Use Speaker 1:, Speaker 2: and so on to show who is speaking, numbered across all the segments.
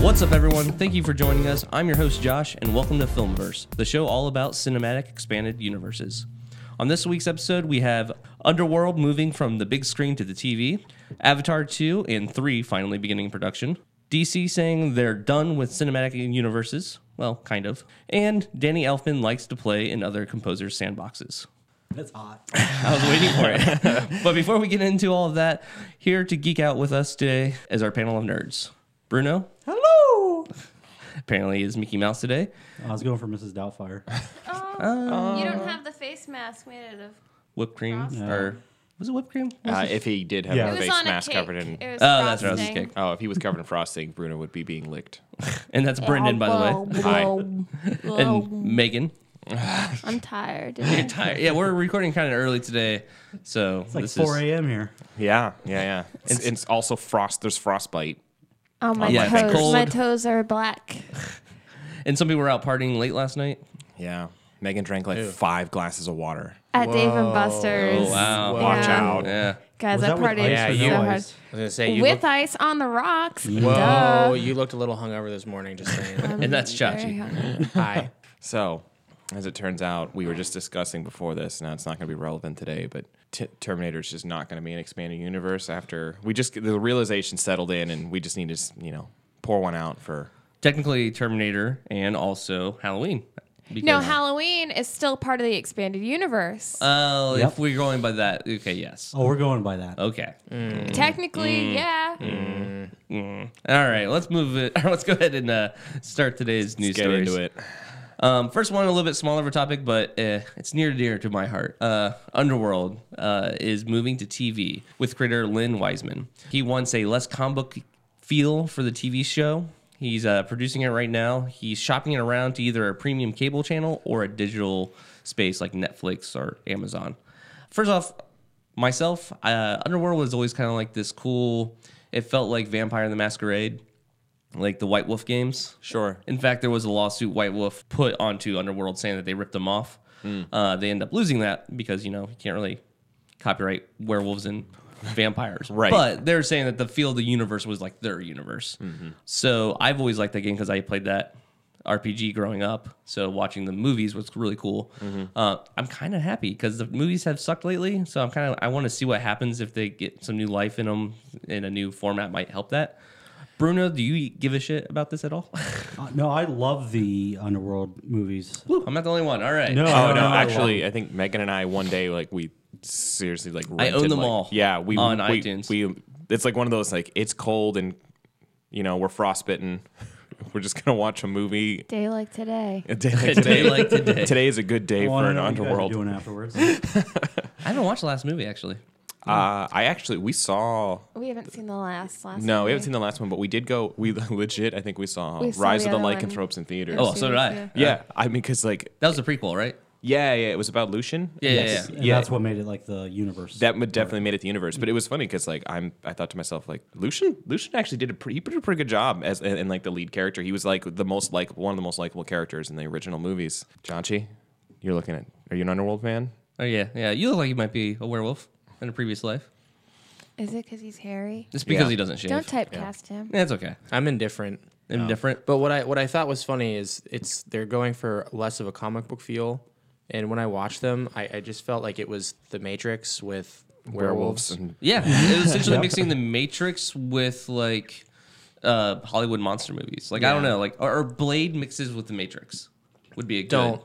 Speaker 1: What's up, everyone? Thank you for joining us. I'm your host, Josh, and welcome to Filmverse, the show all about cinematic expanded universes. On this week's episode, we have Underworld moving from the big screen to the TV, Avatar 2 and 3 finally beginning production, DC saying they're done with cinematic universes, well, kind of, and Danny Elfman likes to play in other composers' sandboxes.
Speaker 2: That's hot.
Speaker 1: I was waiting for it. but before we get into all of that, here to geek out with us today is our panel of nerds. Bruno
Speaker 2: Hello.
Speaker 1: apparently is Mickey Mouse today.
Speaker 2: I was going for Mrs. Doubtfire.
Speaker 3: Oh, you don't have the face mask made out of.
Speaker 1: Whipped cream
Speaker 3: Frosting.
Speaker 1: or was it whipped cream?
Speaker 4: Uh, if he did have
Speaker 2: Yeah.
Speaker 4: a
Speaker 3: It was
Speaker 4: face
Speaker 3: on a
Speaker 4: mask
Speaker 3: cake.
Speaker 4: covered in.
Speaker 3: It was
Speaker 1: Oh, that's right, it was a
Speaker 3: frosting.
Speaker 1: cake.
Speaker 4: Oh, if he was covered in frosting, Bruno would be being licked.
Speaker 1: And that's Brendan, by the way.
Speaker 4: Hi.
Speaker 3: Whoa,
Speaker 1: And Megan.
Speaker 3: I'm tired. It's
Speaker 1: Hi. Yeah, we're recording kind of early today, so
Speaker 2: It's like
Speaker 1: this
Speaker 2: 4
Speaker 1: is
Speaker 2: a.m. here.
Speaker 4: Yeah, yeah, yeah. It's, it's also frost. There's frostbite.
Speaker 3: oh my
Speaker 1: Yeah,
Speaker 3: toes.
Speaker 1: cold.
Speaker 3: My toes are black.
Speaker 1: and some people were out partying late last night.
Speaker 4: Yeah. Megan drank like five glasses of water.
Speaker 3: At Dave and Buster's.
Speaker 1: Oh wow!
Speaker 4: Watch
Speaker 3: Yeah.
Speaker 4: out.
Speaker 1: Yeah,
Speaker 3: Guys,
Speaker 2: Was
Speaker 3: I
Speaker 2: that with
Speaker 3: partied
Speaker 2: ice
Speaker 5: Yeah,
Speaker 2: or
Speaker 5: you-
Speaker 3: so
Speaker 2: no
Speaker 3: hard.
Speaker 2: ice?
Speaker 5: I was gonna say you
Speaker 3: With
Speaker 5: look,
Speaker 3: ice on the rocks.
Speaker 5: whoa,
Speaker 3: Duh.
Speaker 5: you looked a little hungover this morning. Just saying.
Speaker 1: and that's
Speaker 3: Very
Speaker 1: Chachi.
Speaker 3: hungry.
Speaker 5: Hi.
Speaker 4: So, as it turns out, we were just discussing before this. Now it's not going to be relevant today, but t- Terminator is just not going to be an expanded universe. After we just the realization settled in, and we just need to s- you know pour one out for.
Speaker 1: Technically Terminator and also Halloween. Because,
Speaker 3: No, Halloween is still part of the expanded universe.
Speaker 1: Oh, if
Speaker 2: Yep.
Speaker 1: we're going by that, okay, yes.
Speaker 2: Oh, we're going by that.
Speaker 1: Okay.
Speaker 4: mm,
Speaker 3: Technically, yeah.
Speaker 1: All right, let's move it. Let's go ahead and uh, start today's news
Speaker 4: Get
Speaker 1: stories.
Speaker 4: into it.
Speaker 1: Um, first one, a little bit smaller of a topic, but eh, it's near and dear to my heart. Uh, Underworld uh, is moving to TV with creator Lynn Wiseman. He wants a less comic book feel for the TV show. He's uh, producing it right now. He's shopping it around to either a premium cable channel or a digital space like Netflix or Amazon. First off, myself, uh, Underworld was always kind of like this cool. It felt like Vampire the Masquerade, like the White Wolf games.
Speaker 4: Sure.
Speaker 1: In fact, there was a lawsuit White Wolf put onto Underworld saying that they ripped them off. Uh, they end up losing that because you know you can't really copyright werewolves and vampires.
Speaker 4: Right.
Speaker 1: But they're saying that the field of the universe was like their universe. So I've always liked that game because I played that RPG growing up. So watching the movies was really cool. Uh, I'm kind of happy because the movies have sucked lately. So I'm kind of I want to see what happens if they get some new life in them and a new format might help that. Bruno, do you give a shit about this at all?
Speaker 2: Uh, no, I love the Underworld movies.
Speaker 3: Oh,
Speaker 1: Woo, I'm not the only one. All right.
Speaker 2: No,
Speaker 4: Oh no! Actually, I think Megan and I one day like we seriously like rented,
Speaker 1: own them
Speaker 4: like-
Speaker 1: all
Speaker 4: Yeah, we
Speaker 1: on
Speaker 4: we,
Speaker 1: iTunes.
Speaker 4: We it's like one of those like it's cold and you know we're frostbitten. We're just gonna watch a movie.
Speaker 3: Day like today.
Speaker 4: A day like
Speaker 1: A
Speaker 4: today.
Speaker 1: day like today.
Speaker 4: today is a good day
Speaker 2: I wanna
Speaker 4: for an
Speaker 2: know what you guys are
Speaker 4: underworld. Uh,
Speaker 2: doing afterwards. I
Speaker 1: I haven't watched the last movie actually.
Speaker 4: Uh, I actually we saw
Speaker 3: We haven't seen the last last.
Speaker 4: no we haven't
Speaker 3: movie.
Speaker 4: seen the last one, but we did go. We legit I think we saw
Speaker 3: We saw
Speaker 4: Rise
Speaker 3: the
Speaker 4: of the
Speaker 3: other one.
Speaker 4: Lycanthropes in theaters.
Speaker 1: Oh, so did I.
Speaker 4: yeah, I mean because like
Speaker 1: That was a prequel, right?
Speaker 4: yeah yeah it was about Lucian.
Speaker 1: Yeah, yeah,
Speaker 2: And that's what made it like the universe.
Speaker 4: That would definitely made it the universe, but it was funny because like I'm, I thought to myself like Lucian, Lucian actually did a pretty, he did a pretty good job as and, like the lead character. He was like the most like one of the most likable characters in the original movies. Janchi, you're looking at, are you an Underworld fan?
Speaker 1: Oh yeah, yeah. You look like you might be a werewolf in a previous life.
Speaker 3: Is it because he's hairy?
Speaker 1: It's because
Speaker 4: Yeah.
Speaker 1: he doesn't shave.
Speaker 3: Don't typecast him.
Speaker 1: That's okay.
Speaker 5: I'm indifferent.
Speaker 1: Indifferent?
Speaker 5: But what I what I thought was funny is it's they're going for less of a comic book feel, and when I watched them, I, I just felt like it was The Matrix with werewolves.
Speaker 4: and
Speaker 1: Yeah, it was essentially mixing the Matrix with like uh, Hollywood monster movies. Like I don't know, like or, or Blade mixes with the Matrix would be a good.
Speaker 5: Don't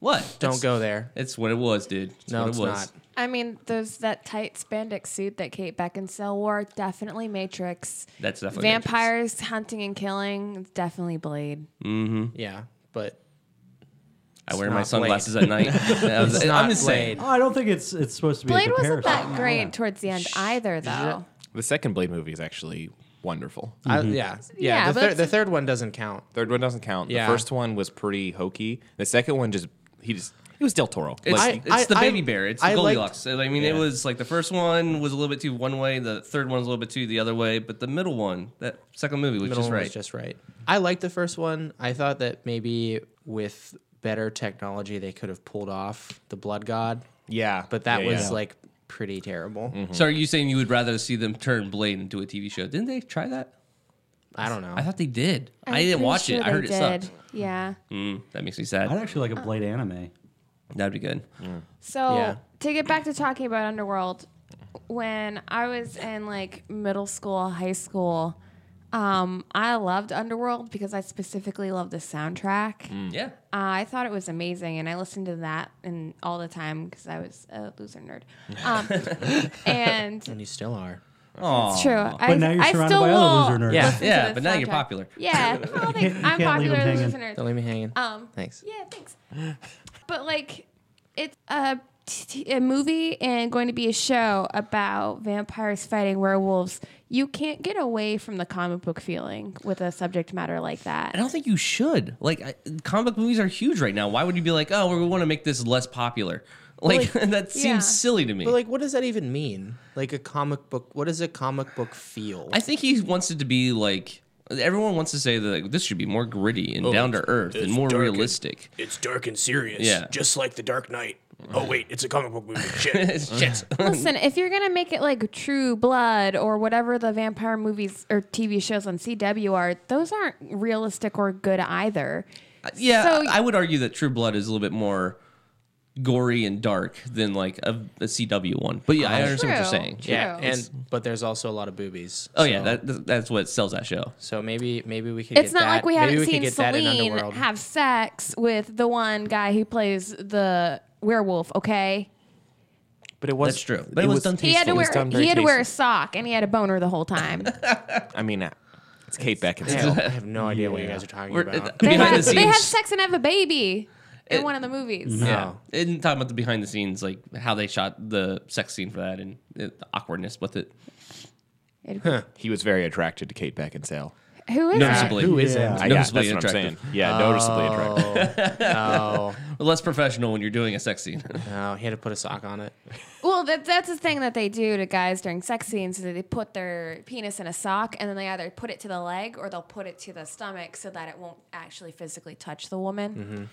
Speaker 1: what?
Speaker 5: don't
Speaker 1: It's-
Speaker 5: go there.
Speaker 1: It's what it was, dude. It's
Speaker 5: No,
Speaker 1: what
Speaker 5: it's
Speaker 1: it was.
Speaker 5: not.
Speaker 3: I mean, there's that tight spandex suit that Kate Beckinsale wore. Definitely Matrix.
Speaker 1: That's definitely Matrix.
Speaker 3: Vampires hunting and killing. It's definitely Blade.
Speaker 5: Yeah, but
Speaker 1: I wear
Speaker 5: It's
Speaker 1: my
Speaker 5: not
Speaker 1: sunglasses at night. I was-
Speaker 5: it's
Speaker 1: I'm
Speaker 5: not
Speaker 1: just saying.
Speaker 5: Blade.
Speaker 2: I don't think it's it's supposed to be
Speaker 3: Blade
Speaker 2: a comparison.
Speaker 3: wasn't that great towards the end either, though.
Speaker 4: the second Blade movie is actually wonderful.
Speaker 5: I,
Speaker 1: Mm-hmm.
Speaker 5: yeah, yeah.
Speaker 3: Yeah,
Speaker 5: the,
Speaker 3: but
Speaker 5: thir-
Speaker 3: it's-
Speaker 5: the third one doesn't count.
Speaker 4: Third one doesn't count.
Speaker 5: Yeah.
Speaker 4: The first one was pretty hokey. The second one just he just he was Del Toro.
Speaker 1: It's,
Speaker 4: Like,
Speaker 1: it's
Speaker 5: I-
Speaker 1: the
Speaker 5: I-
Speaker 1: baby bear. It's the
Speaker 5: I liked-
Speaker 1: Goldilocks. I mean, it
Speaker 4: Yeah.
Speaker 1: was like the first one was a little bit too one way, the third one was a little bit too the other way, but the middle one, that second movie was
Speaker 5: Middle
Speaker 1: just
Speaker 5: one
Speaker 1: right.
Speaker 5: was just right. I liked the first one. I thought that maybe with better technology they could have pulled off the blood god,
Speaker 4: yeah,
Speaker 5: but that
Speaker 4: yeah,
Speaker 5: was
Speaker 4: yeah.
Speaker 5: like pretty terrible.
Speaker 1: Mm-hmm. Hmm. so are you saying you would rather see them turn Blade into a TV show? Didn't they try that?
Speaker 5: I don't know.
Speaker 1: I thought they did.
Speaker 3: I'm
Speaker 1: I didn't
Speaker 3: pretty
Speaker 1: watch
Speaker 3: sure
Speaker 1: it. I
Speaker 3: they
Speaker 1: heard it sucked.
Speaker 3: did. Yeah.
Speaker 1: Mm, that makes me
Speaker 2: I'd
Speaker 1: sad.
Speaker 2: actually like a Blade anime.
Speaker 1: That'd be good.
Speaker 3: So
Speaker 5: Yeah.
Speaker 3: to get back to talking about Underworld, when I was in like middle school, high school, um, I loved Underworld because I specifically loved the soundtrack.
Speaker 1: Yeah.
Speaker 3: Uh, I thought it was amazing, and I listened to that and all the time because I was a loser nerd. Um, and
Speaker 5: and you still are.
Speaker 1: Oh.
Speaker 3: it's true. I,
Speaker 2: But now you're
Speaker 3: I
Speaker 2: surrounded
Speaker 3: still
Speaker 2: by
Speaker 3: will
Speaker 2: other loser nerds.
Speaker 5: Yeah.
Speaker 3: listen to
Speaker 1: Yeah,
Speaker 3: the
Speaker 1: but now you're
Speaker 3: soundtrack.
Speaker 1: popular.
Speaker 3: Yeah, I don't think
Speaker 2: You
Speaker 3: I'm
Speaker 2: can't leave 'em
Speaker 3: popular. as a
Speaker 2: hanging.
Speaker 3: loser nerd.
Speaker 5: Don't leave me hanging.
Speaker 3: Um,
Speaker 5: Thanks.
Speaker 3: Yeah, thanks. but like, it's a, t- a movie and going to be a show about vampires fighting werewolves. You can't get away from the comic book feeling with a subject matter like
Speaker 1: I
Speaker 3: that.
Speaker 1: don't think you should. Like, I, comic book movies are huge right now. Why would you be like, oh, we want to make this less popular? Like,
Speaker 5: Well,
Speaker 1: that seems
Speaker 3: yeah.
Speaker 1: silly to me.
Speaker 5: But like, what does that even mean? Like a comic book. What does a comic book feel?
Speaker 1: I think he wants it to be like everyone wants to say that like, this should be more gritty and down to earth and
Speaker 6: it's
Speaker 1: more
Speaker 6: dark and-
Speaker 1: realistic.
Speaker 6: It's dark and serious.
Speaker 1: Yeah.
Speaker 6: Just like the Dark Knight. Oh wait, it's a comic book movie. Shit.
Speaker 1: Shit.
Speaker 3: Listen, if you're gonna make it like True Blood or whatever the vampire movies or TV shows on CW are, those aren't realistic or good either.
Speaker 1: yeah,
Speaker 3: So-
Speaker 1: I would argue that True Blood is a little bit more gory and dark than like a, a CW one. But yeah, I understand what you're
Speaker 3: True.
Speaker 1: saying.
Speaker 3: True.
Speaker 5: yeah,
Speaker 3: It's-
Speaker 5: and but there's also a lot of boobies.
Speaker 1: Oh yeah,
Speaker 5: so-
Speaker 1: that, that's what sells that show.
Speaker 5: so maybe maybe we could.
Speaker 3: It's
Speaker 5: get
Speaker 3: not
Speaker 5: that.
Speaker 3: like we
Speaker 5: maybe
Speaker 3: haven't
Speaker 5: could
Speaker 3: seen
Speaker 5: get that in
Speaker 3: Celine
Speaker 5: Underworld.
Speaker 3: have sex with the one guy who plays the werewolf. Okay,
Speaker 4: But it was
Speaker 1: That's true. But it was done
Speaker 3: he had to
Speaker 4: It was
Speaker 3: wear
Speaker 4: done very
Speaker 3: he had to wear a
Speaker 4: tasteful.
Speaker 3: sock and he had a boner the whole time.
Speaker 4: I mean, uh, it's Kate
Speaker 5: I
Speaker 4: Beckinsale.
Speaker 5: have- I have no idea what you guys are talking
Speaker 1: We're,
Speaker 5: about.
Speaker 3: they,
Speaker 1: behind
Speaker 3: had,
Speaker 1: the scenes.
Speaker 3: they had sex and have a baby in one of the movies.
Speaker 1: yeah,
Speaker 5: Oh.
Speaker 1: and talking about the behind the scenes, like how they shot the sex scene for that and uh, the awkwardness with it.
Speaker 3: It-
Speaker 4: He was very attracted to Kate Beckinsale.
Speaker 3: Ah, Who is that?
Speaker 1: Noticeably,
Speaker 5: who isn't?
Speaker 2: Yeah.
Speaker 4: I, yeah, that's
Speaker 1: noticeably
Speaker 4: what I'm saying.
Speaker 1: attractive.
Speaker 4: Yeah, noticeably attractive.
Speaker 5: Oh,
Speaker 1: less professional when you're doing a sex scene.
Speaker 5: no, he had to put a sock on it.
Speaker 3: Well, that, that's the thing that they do to guys during sex scenes is that they put their penis in a sock and then they either put it to the leg or they'll put it to the stomach so that it won't actually physically touch the woman.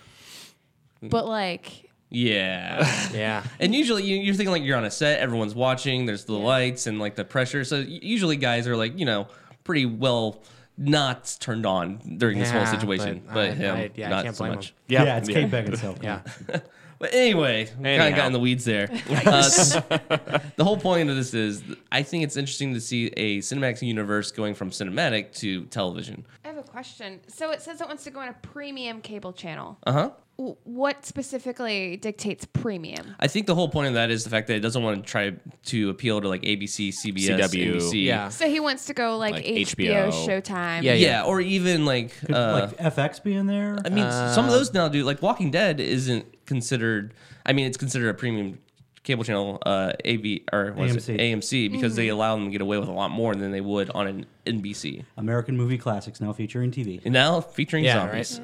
Speaker 1: Mm-hmm.
Speaker 3: But like,
Speaker 1: yeah.
Speaker 5: Yeah.
Speaker 1: And usually you, you're thinking like you're on a set, everyone's watching, there's the lights and like the pressure. So y- usually guys are like, you know, pretty well not turned on during this whole
Speaker 5: Yeah,
Speaker 1: situation. But,
Speaker 5: but I-
Speaker 1: him,
Speaker 5: I- yeah, I
Speaker 1: not
Speaker 5: can't
Speaker 1: so
Speaker 5: blame
Speaker 1: much.
Speaker 5: him.
Speaker 2: Yeah, it's Kate Beckinsale.
Speaker 5: Yeah.
Speaker 1: But anyway, kind of
Speaker 4: Anyhow.
Speaker 1: got in the weeds there. Uh, s- the whole point of this is I think it's interesting to see a cinematic universe going from cinematic to television.
Speaker 3: I have a question. So it says it wants to go on a premium cable channel.
Speaker 1: Uh huh.
Speaker 3: W- What specifically dictates premium?
Speaker 1: I think the whole point of that is the fact that it doesn't want to try to appeal to like ABC, CBS,
Speaker 4: CW.
Speaker 1: NBC.
Speaker 5: Yeah.
Speaker 3: So he wants to go like,
Speaker 4: Like
Speaker 3: HBO,
Speaker 4: HBO.
Speaker 3: Showtime.
Speaker 5: Yeah,
Speaker 1: yeah, or even like,
Speaker 2: Could
Speaker 1: uh,
Speaker 2: like FX be in there?
Speaker 1: I mean, some
Speaker 5: Uh,
Speaker 1: of those now do like Walking Dead isn't considered. I mean, it's considered a premium cable channel, uh, AV or what is it?
Speaker 2: AMC.
Speaker 1: AMC because
Speaker 3: Mm-hmm.
Speaker 1: they allow them to get away with a lot more than they would on an NBC.
Speaker 2: American movie classics now featuring TV.
Speaker 1: And now featuring
Speaker 5: Yeah,
Speaker 1: zombies.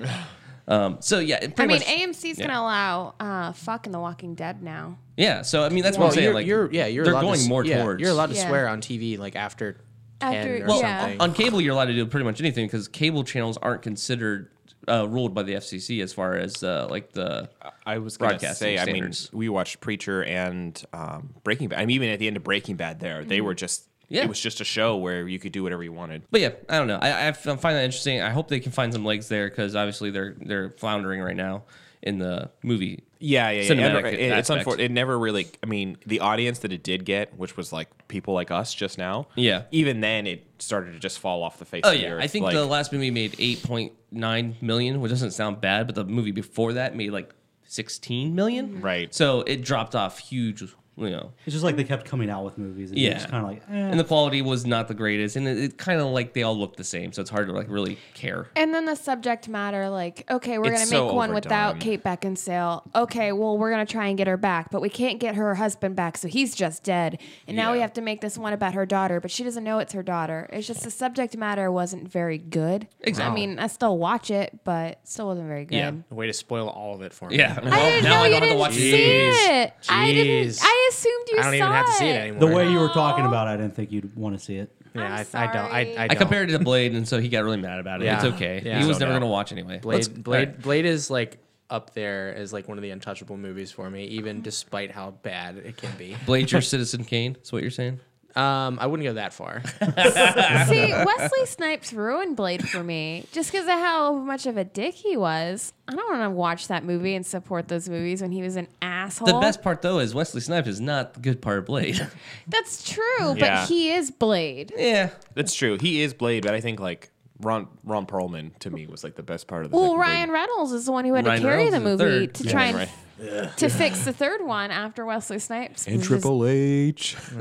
Speaker 1: Um, so yeah, it
Speaker 3: I
Speaker 1: pretty
Speaker 3: mean,
Speaker 1: much.
Speaker 3: AMC's
Speaker 1: yeah.
Speaker 3: gonna allow uh, fuck in The Walking Dead now.
Speaker 1: yeah, so I mean that's what
Speaker 5: Well,
Speaker 1: I'm saying.
Speaker 5: you're,
Speaker 1: like
Speaker 5: you're yeah, you're
Speaker 1: they're
Speaker 5: allowed to
Speaker 1: going
Speaker 5: s-
Speaker 1: more
Speaker 5: yeah,
Speaker 1: towards.
Speaker 5: You're allowed to
Speaker 3: Yeah.
Speaker 5: swear on TV like after,
Speaker 3: After-
Speaker 5: 10 or
Speaker 3: Well,
Speaker 1: Yeah.
Speaker 5: something.
Speaker 1: on cable, you're allowed to do pretty much anything because cable channels aren't considered uh, ruled by the FCC as far as uh, like the.
Speaker 4: I was going to
Speaker 1: Broadcasting
Speaker 4: say,
Speaker 1: standards.
Speaker 4: I mean, we watched Preacher and um, Breaking Bad. I mean, even at the end of Breaking Bad, there they were just.
Speaker 1: Mm-hmm. Yeah.
Speaker 4: It was just a show where you could do whatever you wanted.
Speaker 1: But yeah, I don't know. I, I f- I find that interesting. I hope they can find some legs there because obviously they're they're floundering right now in the movie.
Speaker 4: Yeah, yeah, yeah.
Speaker 1: Cinematic
Speaker 4: Never- it- it's
Speaker 1: aspect.
Speaker 4: unfortunate. It never really. I mean, the audience that it did get, which was like people like us just now.
Speaker 1: Yeah.
Speaker 4: Even then, it started to just fall off the face.
Speaker 1: Oh
Speaker 4: of the
Speaker 1: yeah,
Speaker 4: earth.
Speaker 1: I think
Speaker 4: Like,
Speaker 1: the last movie made eight point nine million, which doesn't sound bad, but the movie before that made like sixteen million.
Speaker 4: Mm-hmm. Right.
Speaker 1: So it dropped off huge. You know,
Speaker 2: It's just like they kept coming out with movies. And
Speaker 1: Yeah.
Speaker 2: yeah. Just kind of like, eh.
Speaker 1: and the quality was not the greatest, and it, it kind of like they all look the same, so it's hard to like really care.
Speaker 3: And then the subject matter, like, okay, we're
Speaker 4: It's
Speaker 3: gonna make
Speaker 4: so
Speaker 3: one without
Speaker 4: overdone.
Speaker 3: Kate Beckinsale. Okay, well, we're gonna try and get her back, but we can't get her husband back, so he's just dead. And now we
Speaker 1: Yeah.
Speaker 3: have to make this one about her daughter, but she doesn't know it's her daughter. It's just the subject matter wasn't very good.
Speaker 1: Exactly.
Speaker 3: I mean, I still watch it, but still wasn't very good.
Speaker 1: Yeah.
Speaker 5: Way to spoil all of it for me.
Speaker 1: Yeah.
Speaker 5: I
Speaker 1: Well,
Speaker 3: I didn't
Speaker 1: now
Speaker 3: know
Speaker 1: I don't
Speaker 3: you
Speaker 1: have to
Speaker 3: didn't
Speaker 1: watch it.
Speaker 3: see it. I didn't.
Speaker 5: Jeez.
Speaker 3: I assumed you saw
Speaker 5: don't even have to see it
Speaker 2: the
Speaker 5: anymore.
Speaker 2: way you were talking about it, I didn't think you'd want to see it.
Speaker 3: I'm
Speaker 5: yeah, I, I don't. I, I,
Speaker 3: sorry.
Speaker 5: don't.
Speaker 1: I compared it to Blade, and so he got really mad about it.
Speaker 5: Yeah.
Speaker 1: It's okay.
Speaker 5: Yeah.
Speaker 1: He was
Speaker 5: So
Speaker 1: never
Speaker 4: now-
Speaker 1: going to watch anyway.
Speaker 5: Blade.
Speaker 1: Let's-
Speaker 5: Blade.
Speaker 1: all right.
Speaker 5: Blade is like up there as like one of the untouchable movies for me, even despite how bad it can be.
Speaker 1: Blade, your Citizen Kane. Is what you're saying?
Speaker 5: Um, I wouldn't go that far.
Speaker 3: See, Wesley Snipes ruined Blade for me just because of how much of a dick he was. I don't want to watch that movie and support those movies when he was an asshole.
Speaker 1: The best part though is Wesley Snipes is not the good part of Blade.
Speaker 3: That's true,
Speaker 4: Yeah.
Speaker 3: but he is Blade.
Speaker 1: yeah,
Speaker 4: That's true. He is Blade, but I think like Ron Ron Perlman to me was like the best part of the.
Speaker 3: Well,
Speaker 4: second Blade.
Speaker 3: Ryan Reynolds is the one who had
Speaker 1: Ryan
Speaker 3: to carry the
Speaker 1: Reynolds is the
Speaker 3: movie
Speaker 1: third.
Speaker 3: to try and
Speaker 4: right.
Speaker 3: to fix the third one after Wesley Snipes.
Speaker 4: And
Speaker 3: was just-
Speaker 4: Triple H.
Speaker 3: Oh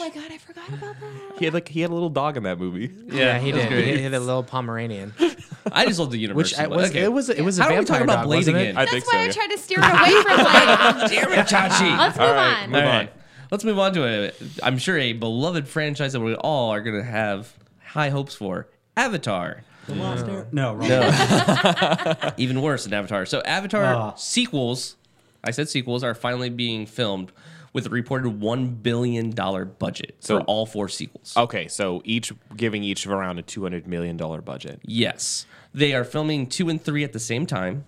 Speaker 3: my god, I forgot about that.
Speaker 4: He had like he had a little dog in that movie.
Speaker 5: yeah, he
Speaker 1: that's
Speaker 5: did.
Speaker 1: great.
Speaker 5: He had a little Pomeranian,
Speaker 1: I just love the universe.
Speaker 5: which I was. It was. It was a
Speaker 1: How do we
Speaker 5: vampire
Speaker 1: talk about
Speaker 5: dog,
Speaker 1: Blade
Speaker 5: wasn't it?
Speaker 1: again?
Speaker 4: I
Speaker 3: That's
Speaker 4: think
Speaker 3: why
Speaker 4: so.
Speaker 3: I
Speaker 4: yeah.
Speaker 3: tried to steer it away from Blade.
Speaker 1: Damn it, Chachi.
Speaker 3: Let's move
Speaker 4: All right,
Speaker 3: on.
Speaker 4: move
Speaker 1: All
Speaker 4: on.
Speaker 1: right. Let's move on to a, I'm sure a beloved franchise that we all are going to have high hopes for Avatar.
Speaker 2: The Lost Ark? No, wrong.
Speaker 1: Even worse than Avatar. So, Avatar
Speaker 2: Ah.
Speaker 1: sequels, I said sequels, are finally being filmed with a reported $1 billion budget
Speaker 4: So-
Speaker 1: for all four sequels.
Speaker 4: Okay, so each giving each of around a two hundred million dollar budget.
Speaker 1: Yes. They are filming two and three at the same time.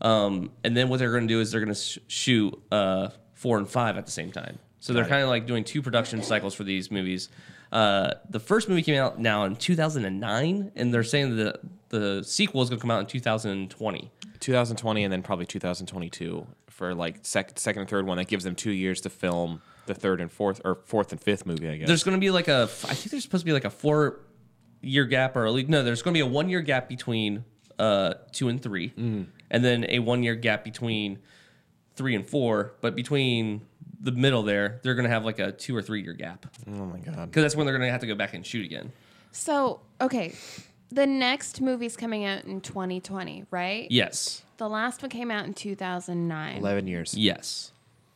Speaker 1: Um, and then what they're going to do is they're going to sh- shoot uh, four and five at the same time. So they're kind of like doing two production cycles for these movies. Uh, the first movie came out now in 2009, and they're saying that the, the sequel is going to come out in 2020.
Speaker 4: 2020 and then probably 2022 for like sec- second and third one. That gives them two years to film the third and fourth or fourth and fifth movie. I guess.
Speaker 1: There's going to be like a, I think there's supposed to be like a four year gap or at least, no, there's going to be a one year gap between uh, two and three,
Speaker 4: Mm.
Speaker 1: and then a one year gap between three and four. But between the middle there, they're going to have like a two or three year gap because
Speaker 4: oh my god.
Speaker 1: that's when they're going to have to go back and shoot again.
Speaker 3: So, okay. The next movie's coming out in 2020, right?
Speaker 1: Yes.
Speaker 3: The last one came out in 2009.
Speaker 4: Eleven years.
Speaker 1: Yes.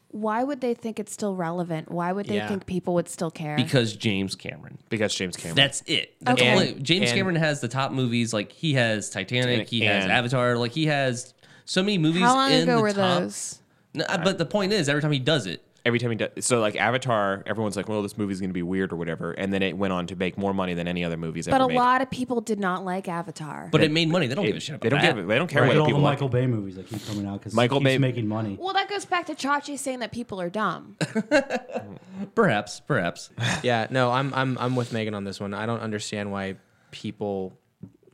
Speaker 3: Why would they think it's still relevant? Why would they
Speaker 5: Yeah.
Speaker 3: think people would still care?
Speaker 1: Because James Cameron.
Speaker 4: Because James Cameron.
Speaker 1: That's it. That's
Speaker 3: Okay.
Speaker 1: only, James
Speaker 5: and-
Speaker 1: Cameron has the top movies. Like he has Titanic,
Speaker 4: Titanic
Speaker 1: he has
Speaker 4: and-
Speaker 1: Avatar, like he has so many movies.
Speaker 3: How long
Speaker 1: in
Speaker 3: ago
Speaker 1: the
Speaker 3: were
Speaker 1: top.
Speaker 3: those?
Speaker 1: No, but the point is, every time he does it,
Speaker 4: every time he does so like avatar everyone's like well this movie's going to be weird or whatever and then it went on to make more money than any other movies
Speaker 3: But
Speaker 4: ever
Speaker 3: a
Speaker 4: made.
Speaker 3: lot of people did not like Avatar.
Speaker 1: But it made money. They don't give a shit about
Speaker 4: they don't
Speaker 1: that.
Speaker 4: give a- they don't care
Speaker 2: Look at
Speaker 4: whether
Speaker 2: all the
Speaker 4: people like
Speaker 2: Michael Bay movies that keep coming out because
Speaker 4: Michael
Speaker 2: Michael keeps
Speaker 4: Bay-
Speaker 2: making money.
Speaker 3: well, that goes back to Chachi saying that people are dumb.
Speaker 1: Perhaps, perhaps.
Speaker 5: Yeah, no, I'm I'm I'm with Megan on this one. I don't understand why people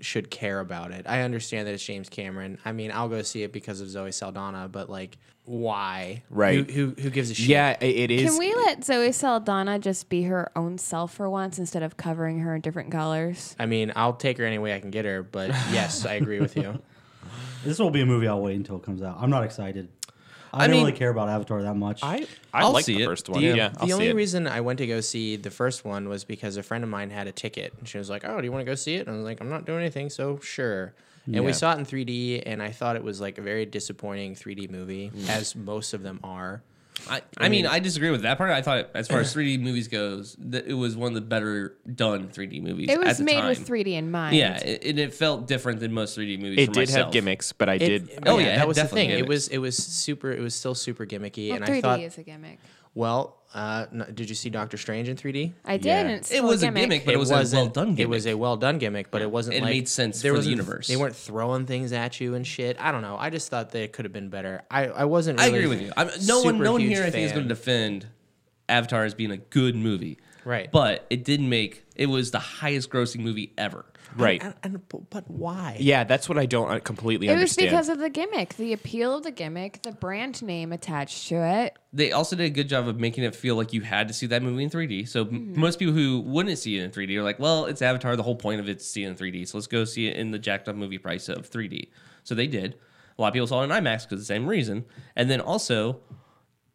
Speaker 5: should care about it. I understand that it's James Cameron. I mean, I'll go see it because of Zoe Saldana, but like, why?
Speaker 4: Right.
Speaker 5: Who who, who gives a shit?
Speaker 4: yeah i- it is
Speaker 3: Can we let Zoe Saldana just be her own self for once instead of covering her in different colors?
Speaker 5: I mean, I'll take her any way I can get her, but yes, I agree with you.
Speaker 2: This will be a movie I'll wait until it comes out. I'm not excited. I,
Speaker 1: I
Speaker 2: don't
Speaker 1: mean-
Speaker 2: really care about Avatar that much.
Speaker 4: i i
Speaker 1: I'll
Speaker 4: like
Speaker 1: see
Speaker 4: the
Speaker 1: it.
Speaker 4: first
Speaker 5: The,
Speaker 4: one yeah I'll
Speaker 5: the
Speaker 4: see
Speaker 5: only
Speaker 4: it.
Speaker 5: reason I went to go see the first one was because a friend of mine had a ticket and she was like, Oh, do you want to go see it? And I was like, I'm not doing anything, so sure. And we saw it in 3D, and I thought it was like a very disappointing 3D movie,
Speaker 4: Mm.
Speaker 5: as most of them are.
Speaker 1: I, I mean, I disagree with that part. I thought, as far as 3D movies goes, that it was one of the better done 3D movies.
Speaker 3: It
Speaker 1: at
Speaker 3: was
Speaker 1: the
Speaker 3: made
Speaker 1: time.
Speaker 3: with 3D in mind.
Speaker 1: Yeah, it- and it felt different than most 3D movies.
Speaker 4: it
Speaker 1: for
Speaker 4: did
Speaker 1: myself.
Speaker 4: have gimmicks but i did
Speaker 5: It-
Speaker 1: Oh, yeah, it had
Speaker 5: that was the
Speaker 1: definitely
Speaker 5: thing. It
Speaker 1: gimmicks.
Speaker 5: was it was super. It was still super gimmicky,
Speaker 3: Well,
Speaker 5: and
Speaker 3: 3D
Speaker 5: I thought,
Speaker 3: is a gimmick.
Speaker 5: well, uh, n- did you see Doctor Strange in 3D?
Speaker 3: I did.
Speaker 4: Yeah.
Speaker 3: And it's
Speaker 1: It
Speaker 3: still
Speaker 1: was a gimmick, but it, was a
Speaker 5: wasn't-
Speaker 1: well done gimmick.
Speaker 5: It was a well done gimmick, but it wasn't.
Speaker 1: It
Speaker 5: like,
Speaker 1: made sense
Speaker 5: there
Speaker 1: for the
Speaker 5: wasn't-
Speaker 1: universe.
Speaker 5: They weren't throwing things at you and shit. I don't know. I just thought they could have been better. I, I wasn't.
Speaker 1: I
Speaker 5: Really
Speaker 1: agree with you. I'm, no one,
Speaker 5: super
Speaker 1: no one
Speaker 5: huge
Speaker 1: here, I think, is
Speaker 5: fan.
Speaker 1: going to defend Avatar as being a good movie.
Speaker 5: Right.
Speaker 1: But it did make it was the highest grossing movie ever.
Speaker 4: right
Speaker 5: And- and- but- but why?
Speaker 4: yeah that's what i don't uh, completely
Speaker 3: It was
Speaker 4: understand
Speaker 3: because of the gimmick, the appeal of the gimmick, the brand name attached to it.
Speaker 1: They also did a good job of making it feel like you had to see that movie in 3D. So m most people who wouldn't see it in 3D are like, "Well, it's Avatar. The whole point of it's see it in 3D. So let's go see it in the jacked up movie price of 3D." So they did. A lot of people saw it in IMAX because the same reason. And then also,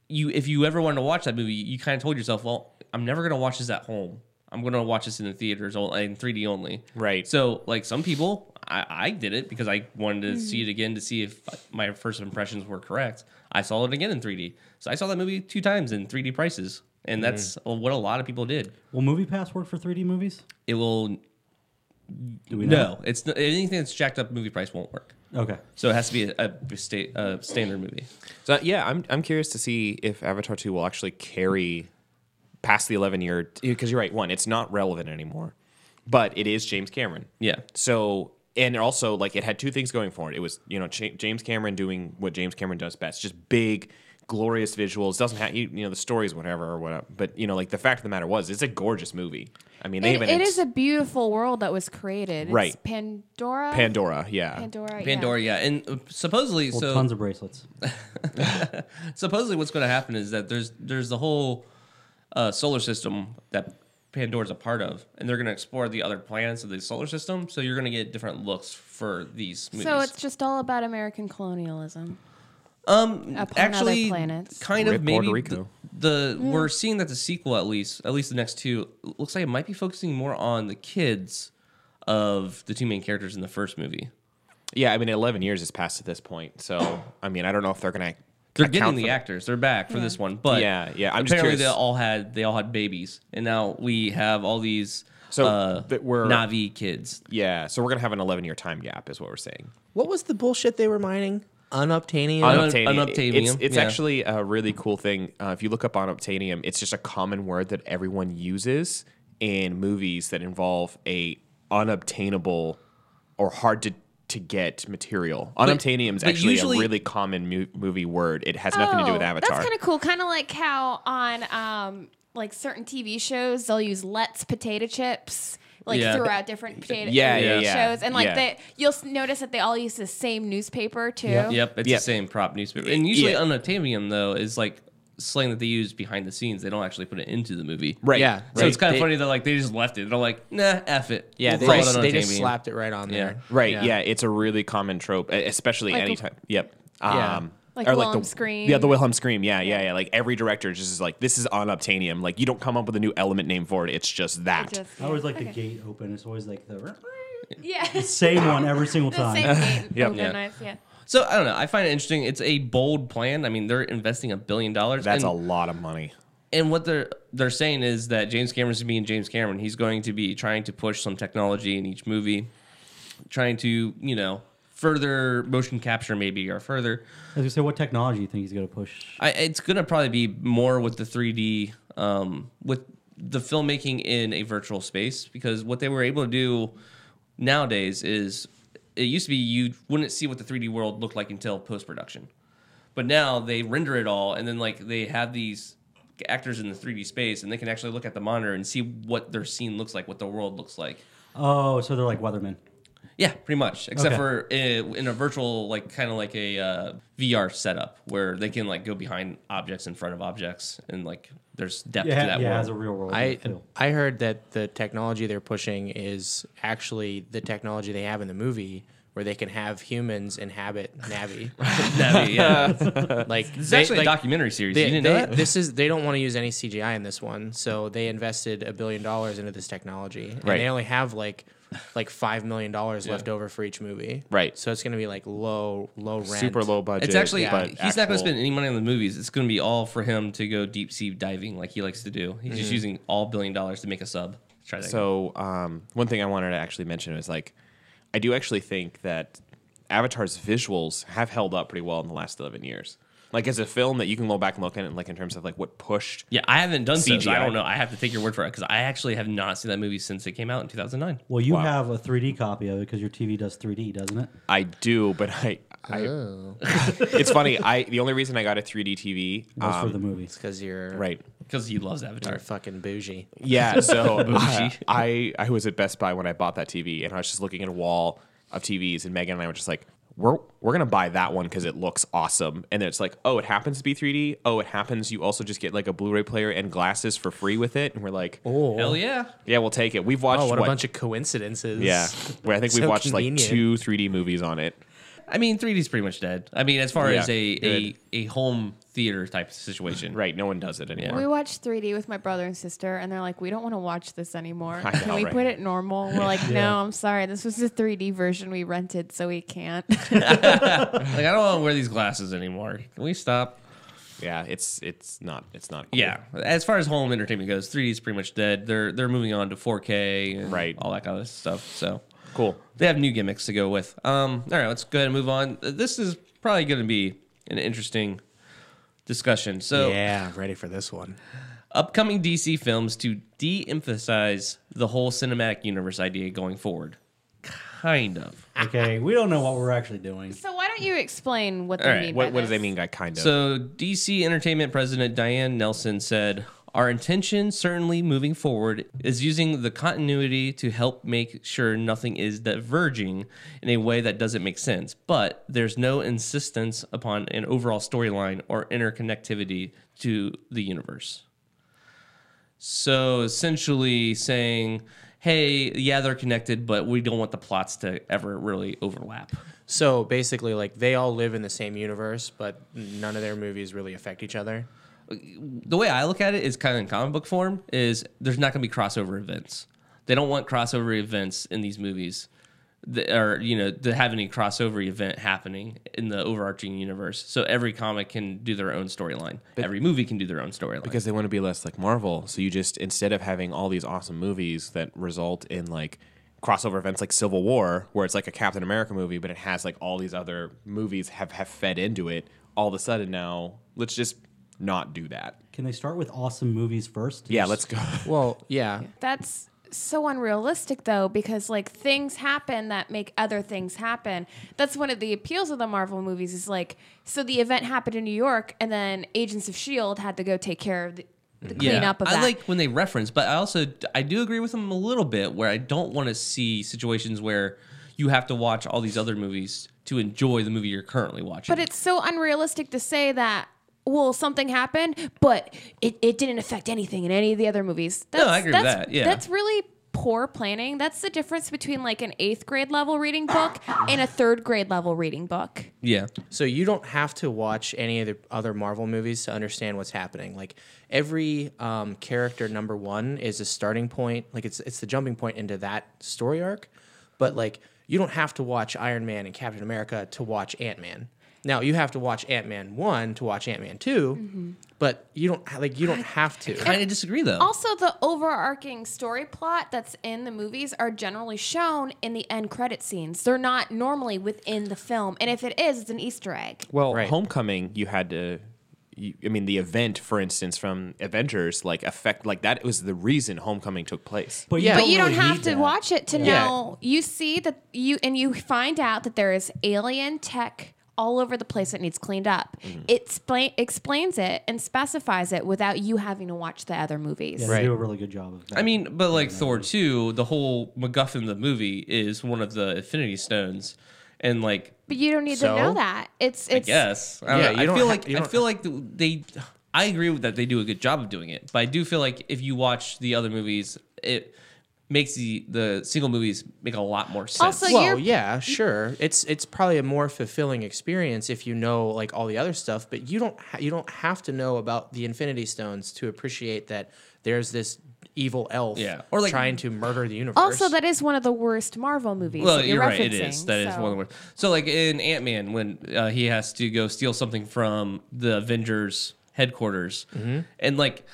Speaker 1: you if you ever wanted to watch that movie, you kind of told yourself, "Well, I'm never gonna watch this at home. I'm gonna watch this in the theaters o- in 3D only."
Speaker 4: Right.
Speaker 1: So like some people, I, I did it because I wanted to see it again to see if my first impressions were correct. I saw it again in 3D, so I saw that movie two times in 3D prices, and
Speaker 2: Mm.
Speaker 1: that's what a lot of people did.
Speaker 2: will Movie Pass work for 3D movies?
Speaker 1: It will
Speaker 2: Do we know?
Speaker 1: no, it's anything that's jacked up movie price won't work.
Speaker 2: Okay.
Speaker 1: So it has to be a, a, sta- a standard movie.
Speaker 4: so yeah i'm i'm curious to see if avatar 2 will actually carry past the 11 year because you're right one it's not relevant anymore but it is james cameron
Speaker 1: Yeah.
Speaker 4: So and also like it had two things going for it. It was you know Ch- James Cameron doing what James Cameron does best, just big glorious visuals. Doesn't have you, you know the stories, whatever or whatever. But you know, like the fact of the matter was, it's a gorgeous movie. I mean, they
Speaker 3: It,
Speaker 4: even
Speaker 3: it
Speaker 4: ex-
Speaker 3: is a beautiful world that was created. It's
Speaker 4: Right.
Speaker 3: Pandora.
Speaker 4: Pandora, yeah.
Speaker 3: Pandora. yeah.
Speaker 1: Pandora, yeah. And uh, supposedly,
Speaker 2: Well,
Speaker 1: so
Speaker 2: tons of bracelets.
Speaker 1: supposedly what's going to happen is that there's there's the whole uh, solar system that Pandora's a part of, and they're going to explore the other planets of the solar system. So you're going to get different looks for these movies.
Speaker 3: So it's just all about American colonialism.
Speaker 1: um
Speaker 3: upon other
Speaker 1: actually
Speaker 3: planets.
Speaker 1: kind of
Speaker 4: Rip
Speaker 1: maybe
Speaker 4: Puerto
Speaker 1: th-
Speaker 4: Rico.
Speaker 1: the, we're seeing that the sequel at least at least the next two looks like it might be focusing more on the kids of the two main characters in the first movie.
Speaker 4: Yeah, I mean, 11 years has passed at this point. So, I mean, I don't know if they're going to.
Speaker 1: They're getting the actors. They're back for this one, but
Speaker 4: Yeah, yeah, I'm just
Speaker 1: apparently they
Speaker 4: curious.
Speaker 1: all had they all had babies, and now we have all these
Speaker 4: So,
Speaker 1: uh,
Speaker 4: that we're-
Speaker 1: Navi kids.
Speaker 4: Yeah, so we're going to have an 11 year time gap, is what we're saying.
Speaker 5: What was the bullshit they were mining? Unobtainium.
Speaker 1: Un-
Speaker 4: Unobtainium.
Speaker 1: unobtainium,
Speaker 4: It's, it's
Speaker 1: yeah.
Speaker 4: actually a really cool thing. Uh, if you look up unobtainium, it's just a common word that everyone uses in movies that involve a unobtainable or hard to to get material. Unobtainium is
Speaker 1: but
Speaker 4: actually
Speaker 1: usually-
Speaker 4: a really common mo- movie word. It has nothing to do with
Speaker 3: Oh,
Speaker 4: Avatar.
Speaker 3: That's kind of cool. Kind of like how on um, like certain TV shows they'll use Let's potato chips. Like
Speaker 1: Yeah.
Speaker 3: throughout different potato
Speaker 4: Yeah,
Speaker 1: yeah,
Speaker 4: yeah.
Speaker 3: shows, and like
Speaker 4: Yeah.
Speaker 3: they, you'll s- notice that they all use the same newspaper too.
Speaker 1: Yep, it's
Speaker 4: Yep.
Speaker 1: the same prop newspaper. And usually
Speaker 4: Oh. Yeah.
Speaker 1: unobtainium though is like slang that they use behind the scenes. They don't actually put it into the movie.
Speaker 4: right.
Speaker 5: Yeah.
Speaker 1: So
Speaker 5: Right.
Speaker 1: it's kind of
Speaker 5: They-
Speaker 1: funny that like they just left it. They're like, nah, f it.
Speaker 5: yeah,
Speaker 1: We'll
Speaker 5: they
Speaker 1: call it
Speaker 5: just, they just
Speaker 1: unobtainium.
Speaker 5: slapped it right on there.
Speaker 4: Right. Yeah. it's a really common trope, e- especially
Speaker 3: Like-
Speaker 4: anytime. Yep.
Speaker 5: Yeah.
Speaker 4: Um,
Speaker 3: Like Wilhelm
Speaker 4: the
Speaker 3: scream.
Speaker 4: Yeah, the Wilhelm scream. Yeah, yeah, yeah. Like every director just is like, this is unobtainium. Like you don't come up with a new element name for it. It's just that.
Speaker 3: Just,
Speaker 2: I always like
Speaker 3: okay.
Speaker 2: the gate open. It's always like the
Speaker 3: Yeah.
Speaker 2: same one every single
Speaker 3: the
Speaker 2: time.
Speaker 3: same game.
Speaker 4: Yep.
Speaker 3: Golden
Speaker 1: Yeah.
Speaker 3: Knights, yeah.
Speaker 1: So I don't know. I find it interesting. It's a bold plan. I mean, they're investing a billion dollars.
Speaker 4: That's
Speaker 1: and,
Speaker 4: a lot of money.
Speaker 1: and what they're they're saying is that James Cameron's being James Cameron. He's going to be trying to push some technology in each movie, trying to you know further motion capture maybe or further.
Speaker 2: I was gonna say, what technology you think he's gonna push?
Speaker 1: I, it's gonna probably be more with the 3D, um, with the filmmaking in a virtual space because what they were able to do nowadays is it used to be you wouldn't see what the 3D world looked like until post production, but now they render it all and then like they have these actors in the 3D space and they can actually look at the monitor and see what their scene looks like, what the world looks like.
Speaker 2: Oh, so they're like weathermen.
Speaker 1: Yeah, pretty much. Except
Speaker 2: Okay.
Speaker 1: for uh, in a virtual, like kind of like a uh, VR setup where they can like go behind objects in front of objects, and like there's depth to
Speaker 2: Yeah,
Speaker 1: that
Speaker 2: yeah,
Speaker 1: world.
Speaker 2: as a real world.
Speaker 5: I
Speaker 2: feel.
Speaker 5: I heard that the technology they're pushing is actually the technology they have in the movie, where they can have humans inhabit Navi.
Speaker 1: That'd be- yeah.
Speaker 5: like
Speaker 1: It's
Speaker 5: they-
Speaker 1: actually
Speaker 5: like,
Speaker 1: a documentary series.
Speaker 5: They,
Speaker 1: you didn't
Speaker 5: they-
Speaker 1: know that?
Speaker 5: This is they don't want to use any CGI in this one, so they invested a billion dollars into this technology, and
Speaker 4: Right.
Speaker 5: they only have like like five million dollars left over for each movie.
Speaker 4: Right.
Speaker 5: So it's going to be like low low rent.
Speaker 4: Super low budget.
Speaker 1: it's actually
Speaker 4: but
Speaker 1: he's not
Speaker 4: actual-
Speaker 1: going to spend any money on the movies. It's going to be all for him to go deep sea diving like he likes to do. He's
Speaker 2: Mm-hmm.
Speaker 1: just using all billion dollars to make a sub. Try that.
Speaker 4: So um, one thing I wanted to actually mention is like, I do actually think that Avatar's visuals have held up pretty well in the last eleven years. Like as a film that you can go back and look at it, like in terms of like what pushed
Speaker 1: yeah, I haven't done CGI. I
Speaker 4: CGI.
Speaker 1: don't know. I have to take your word for it because I actually have not seen that movie since it came out in 2009.
Speaker 2: Well, you have a 3D copy of it because your TV does 3D, doesn't it?
Speaker 4: I do, but I. I it's funny. I the only reason I got a 3D TV.
Speaker 2: That's
Speaker 4: um,
Speaker 2: for the movie.
Speaker 5: because you're
Speaker 4: right.
Speaker 1: Because he loves
Speaker 5: You're
Speaker 1: Avatar.
Speaker 5: fucking bougie.
Speaker 4: Yeah. So
Speaker 1: Bougie.
Speaker 4: I, I I was at Best Buy when I bought that TV, and I was just looking at a wall of TVs, and Megan and I were just like. We're, we're gonna buy that one because it looks awesome, and then it's like, oh, it happens to be 3D. Oh, it happens. You also just get like a Blu-ray player and glasses for free with it, and we're like,
Speaker 1: Hell yeah.
Speaker 4: yeah, we'll take it. We've watched
Speaker 5: Oh, what, a oh, bunch of coincidences.
Speaker 4: yeah. Well, I think we've
Speaker 5: So
Speaker 4: watched like
Speaker 5: convenient.
Speaker 4: two 3D movies on it.
Speaker 1: I mean, 3D's pretty much dead. I mean, as far
Speaker 4: Yeah,
Speaker 1: as a, a
Speaker 4: good.
Speaker 1: a home theater type situation,
Speaker 4: Right? No one does it anymore.
Speaker 3: We watched 3D with my brother and sister, and they're like, "We don't want to watch this anymore.
Speaker 4: I
Speaker 3: Can
Speaker 4: know,
Speaker 3: we
Speaker 4: right?
Speaker 3: put it normal?" We're like, "No, I'm sorry. This was the 3D version we rented, so we can't."
Speaker 1: Like, I don't want to wear these glasses anymore. Can we stop?
Speaker 4: Yeah, it's it's not it's not. cool.
Speaker 1: Yeah. As far as home entertainment goes, 3D's pretty much dead. They're they're moving on to 4K, and
Speaker 4: Right.
Speaker 1: All that kind of stuff. So
Speaker 4: cool.
Speaker 1: they have new gimmicks to go with. Um, all right, let's go ahead and move on. Uh, This is probably going to be an interesting discussion. So
Speaker 5: Yeah, ready for this one.
Speaker 1: upcoming DC films to de-emphasize the whole cinematic universe idea going forward. Kind of.
Speaker 2: Okay, we don't know what we're actually doing.
Speaker 3: so why don't you explain what they
Speaker 1: All right,
Speaker 3: mean? by
Speaker 4: What, what do they
Speaker 3: this?
Speaker 4: mean, by kind of?
Speaker 1: So, DC Entertainment President Diane Nelson said, Our intention, certainly moving forward, is using the continuity to help make sure nothing is diverging in a way that doesn't make sense. But there's no insistence upon an overall storyline or interconnectivity to the universe. So, essentially saying, Hey, yeah, they're connected, but we don't want the plots to ever really overlap.
Speaker 5: So basically, like they all live in the same universe, but none of their movies really affect each other.
Speaker 1: the way I look at it is kind of in comic book form is there's not going to be crossover events. They don't want crossover events in these movies, that or you know, to have any crossover event happening in the overarching universe. So every comic can do their own storyline. Every movie can do their own storyline.
Speaker 4: because they want to be less like Marvel. So you just instead of having all these awesome movies that result in like crossover events like Civil War, where it's like a Captain America movie, but it has like all these other movies have have fed into it. All of a sudden now, let's just not do that.
Speaker 2: Can they start with awesome movies first?
Speaker 4: Yeah, let's go.
Speaker 5: Well, yeah,
Speaker 3: That's so unrealistic though because like things happen that make other things happen. That's one of the appeals of the Marvel movies is like so the event happened in New York and then Agents of Shield E had to go take care of the, the cleanup of
Speaker 1: I
Speaker 3: that.
Speaker 1: like when they reference, but I also I do agree with them a little bit where I don't want to see situations where you have to watch all these other movies to enjoy the movie you're currently watching.
Speaker 3: But it's so unrealistic to say that. Well, something happened, but it, it didn't affect anything in any of the other movies. That's,
Speaker 1: I agree with
Speaker 3: that's,
Speaker 1: that, yeah.
Speaker 3: that's really poor planning. That's the difference between like an eighth grade level reading book and a third grade level reading book.
Speaker 1: yeah.
Speaker 5: So you don't have to watch any of the other Marvel movies to understand what's happening. Like every um, character number one is a starting point. Like it's it's the jumping point into that story arc. But like you don't have to watch Iron Man and Captain America to watch Ant Man. Now you have to watch Ant Man one to watch Ant Man 2 but you don't ha- like you don't have to.
Speaker 1: Kind of disagree though.
Speaker 3: Also, the overarching story plot that's in the movies are generally shown in the end credit scenes. They're not normally within the film, and if it is, it's an Easter egg.
Speaker 4: Well,
Speaker 5: Right.
Speaker 4: Homecoming, you had to. You, I mean, the event, for instance, from Avengers, like affect like that was the reason Homecoming took place.
Speaker 2: But
Speaker 5: Yeah.
Speaker 3: But you don't
Speaker 2: really
Speaker 3: have
Speaker 2: need
Speaker 3: to
Speaker 2: that.
Speaker 3: watch it to
Speaker 5: Yeah.
Speaker 3: know. You see that you and you find out that there is alien tech all over the place that needs cleaned up.
Speaker 1: Mm-hmm.
Speaker 3: It spla- explains it and specifies it without you having to watch the other movies.
Speaker 2: Yeah,
Speaker 5: Right.
Speaker 2: they do a really good job of that.
Speaker 1: I mean, but like Thor 2, the whole MacGuffin of the movie is one of the Infinity Stones. And like,
Speaker 3: But you don't need
Speaker 5: So?
Speaker 3: to know that. It's it's
Speaker 1: yes, I,
Speaker 5: Yeah,
Speaker 1: yeah,
Speaker 5: you
Speaker 1: I
Speaker 5: don't
Speaker 1: feel
Speaker 5: ha-
Speaker 1: like
Speaker 5: you
Speaker 1: I
Speaker 5: don't-
Speaker 1: feel like they. I agree with that they do a good job of doing it, but I do feel like if you watch the other movies, it makes the the single movies make a lot more sense.
Speaker 3: Also,
Speaker 5: well,
Speaker 3: you're-
Speaker 5: yeah, sure. It's it's probably a more fulfilling experience if you know like all the other stuff, but you don't ha- you don't have to know about the Infinity Stones to appreciate that there's this evil elf
Speaker 1: Yeah. Or, like-
Speaker 5: trying to murder the universe.
Speaker 3: Also, that is one of the worst Marvel movies.
Speaker 1: Well,
Speaker 3: that
Speaker 1: you're,
Speaker 3: you're,
Speaker 1: right. It
Speaker 3: referencing,
Speaker 1: is. That is
Speaker 3: so-
Speaker 1: one of the worst. So, like in Ant Man, when uh, he has to go steal something from the Avengers headquarters, and like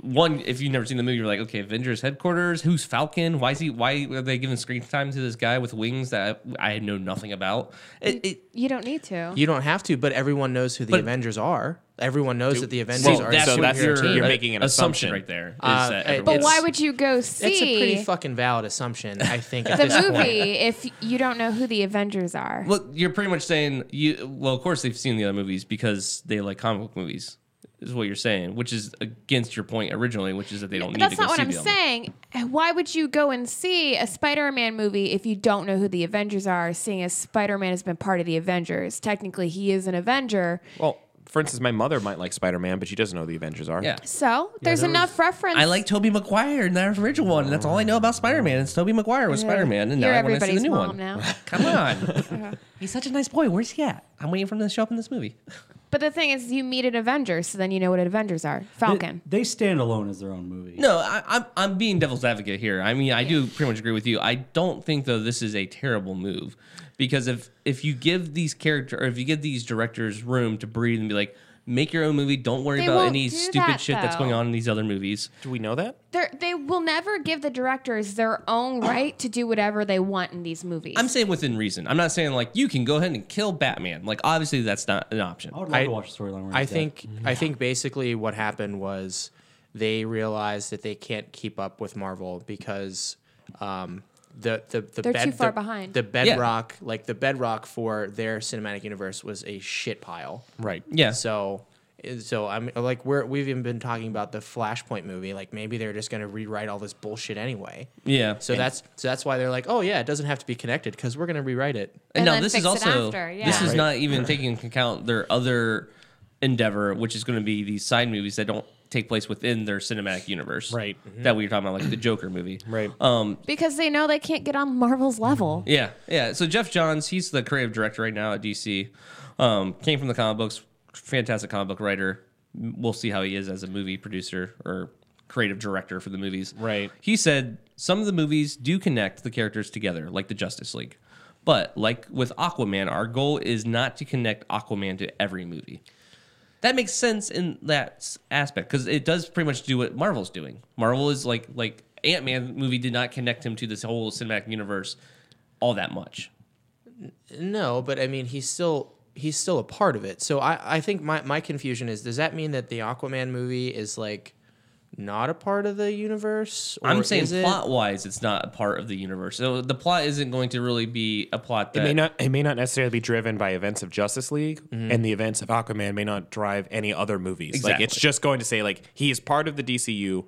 Speaker 1: one, if you've never seen the movie, you're like, okay, Avengers headquarters. Who's Falcon? Why is he? Why are they giving screen time to this guy with wings that I know nothing about? It, it,
Speaker 3: You don't need to.
Speaker 5: you don't have to, but everyone knows who the
Speaker 1: But-
Speaker 5: Avengers are. Everyone knows that the Avengers
Speaker 1: well,
Speaker 5: are.
Speaker 1: that's
Speaker 5: a
Speaker 4: so
Speaker 1: what
Speaker 4: that's
Speaker 5: superhero
Speaker 1: your,
Speaker 4: your-
Speaker 5: team.
Speaker 4: you're making an assumption.
Speaker 1: right there. Is
Speaker 5: Uh,
Speaker 1: that
Speaker 5: I-
Speaker 1: everyone-
Speaker 3: but why
Speaker 5: it's-
Speaker 3: would you go see
Speaker 5: That's a pretty fucking valid assumption, I think. At
Speaker 3: the
Speaker 5: this Point.
Speaker 3: movie if you don't know who the Avengers are?
Speaker 1: Well, you're pretty much saying you. Well, of course they've seen the other movies because they like comic book movies. Is what you're saying, which is against your point originally, which is that they don't need
Speaker 3: That's
Speaker 1: to go
Speaker 3: not what
Speaker 1: see
Speaker 3: I'm
Speaker 1: the other movies.
Speaker 3: saying. Why would you go and see a Spider-Man movie if you don't know who the Avengers are? Seeing as Spider-Man has been part of the Avengers, technically he is an Avenger.
Speaker 4: Well, for instance, my mother might like Spider Man, but she doesn't know who the Avengers are.
Speaker 1: Yeah.
Speaker 3: So there's
Speaker 2: there
Speaker 3: enough reference.
Speaker 1: I like Toby Maguire in that original one, and that's all I know about Spider Man. It's Toby Maguire was Spider Man, and now
Speaker 3: You're
Speaker 1: I want to see the
Speaker 3: everybody's
Speaker 1: new
Speaker 3: mom
Speaker 1: one.
Speaker 3: now.
Speaker 1: Come on. He's such a nice boy. Where's he at? I'm waiting for him to show up in this movie.
Speaker 3: But the thing is, you meet an Avenger, so then you know what Avengers are. Falcon.
Speaker 2: They, they stand alone as their own movie.
Speaker 1: No, I, I'm I'm being devil's advocate here. I mean, I do pretty much agree with you. I don't think though this is a terrible move because if if you give these character or if you give these directors room to breathe and be like, make your own movie. Don't worry
Speaker 3: They
Speaker 1: about
Speaker 3: won't
Speaker 1: any
Speaker 3: do
Speaker 1: stupid
Speaker 3: that,
Speaker 1: shit that's
Speaker 3: though.
Speaker 1: going on in these other movies.
Speaker 4: Do we know that?
Speaker 3: They're, they will never give the directors their own right to do whatever they want in these movies.
Speaker 1: I'm saying within reason. I'm not saying like you can go ahead and kill Batman. Like obviously that's not an option.
Speaker 2: I would love
Speaker 5: I-
Speaker 2: to watch a storyline. where
Speaker 5: I
Speaker 2: he's dead.
Speaker 5: think I think basically what happened was they realized that they can't keep up with Marvel because um, the the the
Speaker 3: They're
Speaker 5: bed,
Speaker 3: too far
Speaker 5: the-
Speaker 3: behind.
Speaker 5: The bedrock, like the bedrock for their cinematic universe, was a shit pile.
Speaker 4: Right.
Speaker 1: Yeah.
Speaker 5: So, eh, so I'm like we're we've even been talking about the Flashpoint movie. Like maybe they're just gonna rewrite all this bullshit anyway.
Speaker 1: yeah.
Speaker 5: So that's so that's why they're like, oh yeah, it doesn't have to be connected because we're gonna rewrite it.
Speaker 1: And
Speaker 3: And
Speaker 1: now
Speaker 3: then
Speaker 1: this is
Speaker 3: fix it
Speaker 1: also
Speaker 3: after,
Speaker 1: this
Speaker 3: yeah.
Speaker 1: is
Speaker 3: Right.
Speaker 1: not even taking into account their other endeavor, which is going to be these side movies that don't take place within their cinematic universe,
Speaker 4: Right.
Speaker 1: That we were talking about, like the Joker movie,
Speaker 4: Right.
Speaker 1: Um,
Speaker 3: because they know they can't get on Marvel's level.
Speaker 1: yeah, yeah. So Jeff Johns, he's the creative director right now at DC. Um, came from the comic books, fantastic comic book writer. We'll see how he is as a movie producer or creative director for the movies.
Speaker 4: Right.
Speaker 1: He said some of the movies do connect the characters together, like the Justice League. But like with Aquaman, our goal is not to connect Aquaman to every movie. That makes sense in that s- aspect because it does pretty much do what Marvel's doing. Marvel is like like Ant Man movie did not connect him to this whole cinematic universe all that much.
Speaker 5: No, but I mean, he's still he's still a part of it. So I I think my my confusion is, does that mean that the Aquaman movie is like not a part of the universe? Or
Speaker 1: I'm saying
Speaker 5: is it-
Speaker 1: plot wise, it's not a part of the universe. So the plot isn't going to really be a plot
Speaker 4: It
Speaker 1: that Mm-hmm.
Speaker 4: may not. It may not necessarily be driven by events of Justice League, and the events of Aquaman may not drive any other movies. Like
Speaker 1: Exactly.
Speaker 4: it's just going to say like he is part of the DCU.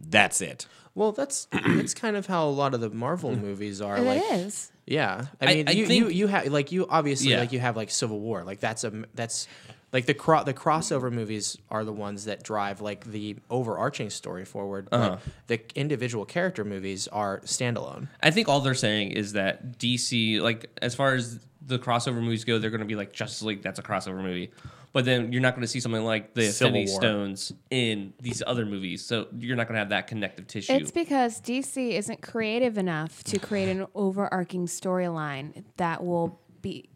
Speaker 4: That's it.
Speaker 5: Well, that's that's kind of how a lot of the Marvel movies are.
Speaker 3: And
Speaker 5: like,
Speaker 3: it is.
Speaker 5: Yeah,
Speaker 1: Mm-hmm. I-
Speaker 5: I mean,
Speaker 1: I
Speaker 5: you, you
Speaker 1: think-
Speaker 5: you have like you obviously
Speaker 1: Yeah.
Speaker 5: like you have like Civil War, like that's a m- that's like the cro- the crossover movies are the ones that drive like the overarching story forward.
Speaker 1: Uh-huh.
Speaker 5: But the individual character movies are standalone.
Speaker 1: I think all they're saying is that DC, like as far as the crossover movies go, they're going to be like Justice League. That's a crossover movie, but then you're not going to see something like the
Speaker 4: Civil
Speaker 1: Infinity
Speaker 4: War.
Speaker 1: Stones in these other movies. So you're not going to have that connective tissue.
Speaker 3: It's because DC isn't creative enough to create an overarching storyline that will be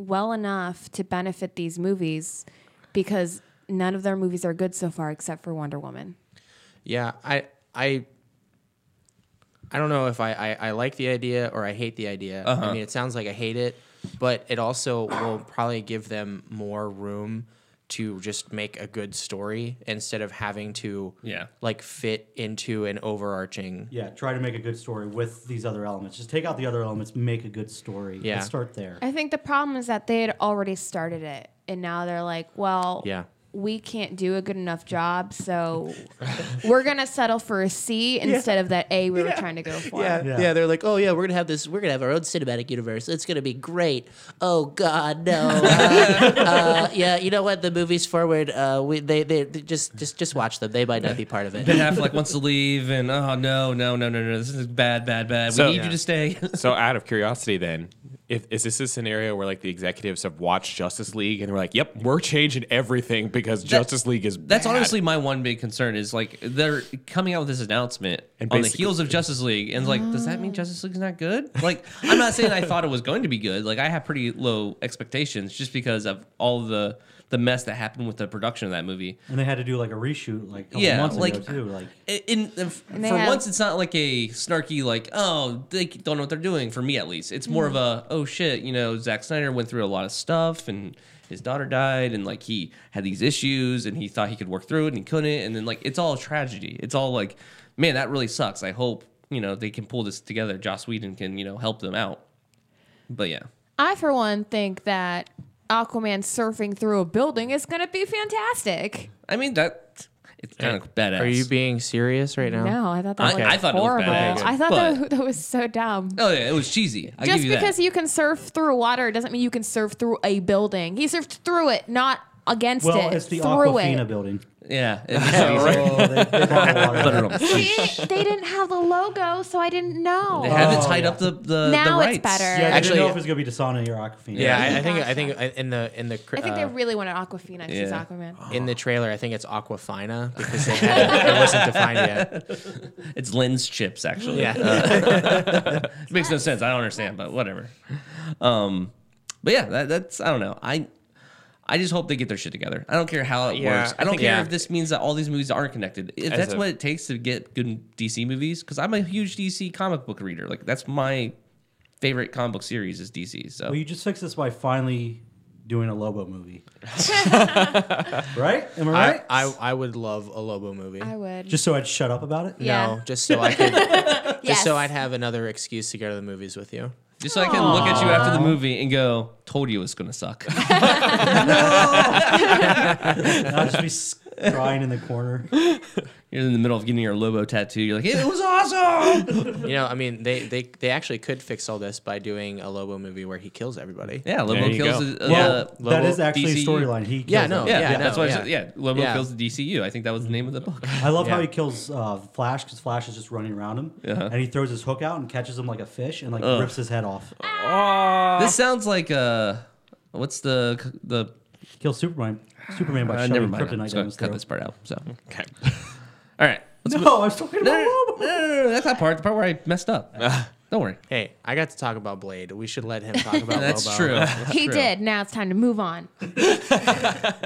Speaker 3: well enough to benefit these movies because none of their movies are good so far except for Wonder Woman.
Speaker 5: Yeah, I I I don't know if I I, I like the idea or I hate the idea. I mean, it sounds like I hate it, but it also will probably give them more room to just make a good story instead of having to
Speaker 1: Yeah.
Speaker 5: like fit into an overarching
Speaker 2: Yeah, try to make a good story with these other elements. Just take out the other elements, make a good story.
Speaker 5: Yeah.
Speaker 2: Let's start there.
Speaker 3: I think the problem is that they had already started it and now they're like, well,
Speaker 5: Yeah.
Speaker 3: we can't do a good enough job, so we're going to settle for a C instead of that A we were trying to go for.
Speaker 2: Yeah.
Speaker 5: they're like, oh yeah, we're gonna have this, we're gonna have our own cinematic universe. It's gonna be great. Oh God, no. Uh, uh, yeah, you know what? The movies forward, uh, we they, they they just just just watch them. They might not be part of it.
Speaker 1: Ben Affleck wants to leave, and oh no, no, no, no, no, this is bad, bad, bad.
Speaker 4: So-
Speaker 1: we need
Speaker 4: Yeah.
Speaker 1: you to stay.
Speaker 4: So out of curiosity, then, if is this a scenario where like the executives have watched Justice League and they're like, "Yep, we're changing everything because Justice League is
Speaker 1: That's
Speaker 4: bad."
Speaker 1: honestly my one big concern is like they're coming out with this announcement
Speaker 4: And
Speaker 1: on the
Speaker 4: basically-
Speaker 1: heels of Justice League, and like, does that mean Justice League's not good? Like, I'm not saying I thought it was going to be good. Like, I have pretty low expectations just because of all the the mess that happened with the production of that movie.
Speaker 2: And they had to do like a reshoot like a couple
Speaker 1: Yeah,
Speaker 2: months
Speaker 1: like-
Speaker 2: ago too. Like
Speaker 1: I- In, if- for
Speaker 3: And they had-
Speaker 1: once, it's not like a snarky like, oh, they don't know what they're doing. For me, at least, it's more of a,
Speaker 3: Mm-hmm.
Speaker 1: oh shit, you know, Zack Snyder went through a lot of stuff and. His daughter died, and like he had these issues, and he thought he could work through it, and he couldn't. And then like it's all tragedy. It's all like, man, that really sucks. I hope you know they can pull this together. Joss Whedon can you know help them out. But yeah,
Speaker 3: I, for one, think that Aquaman surfing through a building is going to be fantastic.
Speaker 1: I mean that it's kind of badass.
Speaker 5: Are you being serious right now?
Speaker 3: No, I thought
Speaker 1: I-
Speaker 3: that was
Speaker 1: I thought it was
Speaker 3: horrible.
Speaker 1: badass,
Speaker 3: I thought
Speaker 1: but-
Speaker 3: that, that was so dumb.
Speaker 1: oh yeah, it was cheesy. I
Speaker 3: Just
Speaker 1: give you
Speaker 3: because
Speaker 1: that.
Speaker 3: you can surf through water doesn't mean you can surf through a building. He surfed through it, not against
Speaker 2: well,
Speaker 3: it.
Speaker 2: it's the
Speaker 3: through
Speaker 2: Aquafina
Speaker 3: it.
Speaker 2: building.
Speaker 1: yeah, it was cheesy.
Speaker 2: Oh, they, they bought the water.
Speaker 3: See, they didn't have the logo, so I didn't know.
Speaker 1: They haven't
Speaker 2: Oh,
Speaker 1: tied
Speaker 2: yeah.
Speaker 1: up the the the
Speaker 3: now
Speaker 1: rights.
Speaker 3: it's better.
Speaker 2: Yeah, I didn't
Speaker 5: Actually-
Speaker 2: know if it was gonna be Dasani or Aquafina.
Speaker 5: Yeah, I, I think I think I- in the in the cr-
Speaker 3: I think they
Speaker 5: uh,
Speaker 3: really wanted Aquafina. She's
Speaker 1: Yeah.
Speaker 3: Aquaman.
Speaker 5: in the trailer, I think it's Aquafina because they, had, it wasn't defined yet.
Speaker 1: It's lens chips, actually.
Speaker 5: Yeah.
Speaker 1: Uh, It makes no sense. I don't understand, but whatever. Um, but yeah, that, that's I don't know. I I just hope they get their shit together. I don't care how it
Speaker 5: Yeah,
Speaker 1: works.
Speaker 5: I
Speaker 1: I don't
Speaker 5: think-
Speaker 1: care
Speaker 5: yeah.
Speaker 1: if this means that all these movies aren't connected. If
Speaker 4: As
Speaker 1: that's
Speaker 4: a-
Speaker 1: what it takes to get good DC movies, because I'm a huge DC comic book reader. Like that's my favorite comic book series is DC. So
Speaker 2: Well, you just fixed this by finally doing a Lobo movie. right? Am I
Speaker 5: I,
Speaker 2: right?
Speaker 5: I I would love a Lobo movie.
Speaker 3: I would.
Speaker 2: Just so I'd shut up about it?
Speaker 3: yeah.
Speaker 5: No, just so I could, just
Speaker 3: yes.
Speaker 5: so I'd have another excuse to go to the movies with you.
Speaker 1: Just so I can look at you after the movie and go, "Told you it was gonna suck."
Speaker 2: And I'd just be s- crying in the corner.
Speaker 1: You're in the middle of getting your Lobo tattoo. You're like, "It was awesome."
Speaker 5: You know, I mean, they they they actually could fix all this by doing a Lobo movie where he kills everybody.
Speaker 1: Yeah, Lobo
Speaker 4: There you
Speaker 1: kills.
Speaker 4: go.
Speaker 1: The, uh,
Speaker 2: Well, that
Speaker 1: Lobo-
Speaker 2: is actually a
Speaker 1: DCU.
Speaker 2: storyline. He
Speaker 5: Yeah,
Speaker 2: kills
Speaker 5: no,
Speaker 2: him.
Speaker 1: Yeah,
Speaker 5: Yeah,
Speaker 1: that's
Speaker 5: no,
Speaker 1: why. I
Speaker 5: yeah.
Speaker 1: said, yeah, Lobo
Speaker 5: Yeah.
Speaker 1: kills the DCU. I think that was the name of the book.
Speaker 2: I love how
Speaker 5: Yeah.
Speaker 2: he kills uh, Flash because Flash is just running around him,
Speaker 1: Uh-huh.
Speaker 2: and he throws his hook out and catches him like a fish and like
Speaker 1: Ugh.
Speaker 2: rips his head off.
Speaker 1: This sounds like uh, what's the the?
Speaker 2: Kill Superman. Superman by
Speaker 1: Uh,
Speaker 2: shoving
Speaker 1: never mind. I'm
Speaker 2: kryptonite
Speaker 1: just
Speaker 2: down
Speaker 1: gonna
Speaker 2: his
Speaker 1: cut
Speaker 2: throat.
Speaker 1: this part out. So,
Speaker 4: Okay.
Speaker 1: all right. Let's
Speaker 2: No,
Speaker 1: mo-
Speaker 2: I was talking
Speaker 1: no, no,
Speaker 2: about
Speaker 1: no,
Speaker 2: Lobo.
Speaker 1: no, no, no, that's not part. The part where I messed up. Don't worry.
Speaker 5: Hey, I got to talk about Blade. We should let him talk about
Speaker 1: That's
Speaker 5: Lobo.
Speaker 1: true. That's
Speaker 3: he
Speaker 1: true.
Speaker 3: did. Now it's time to move on.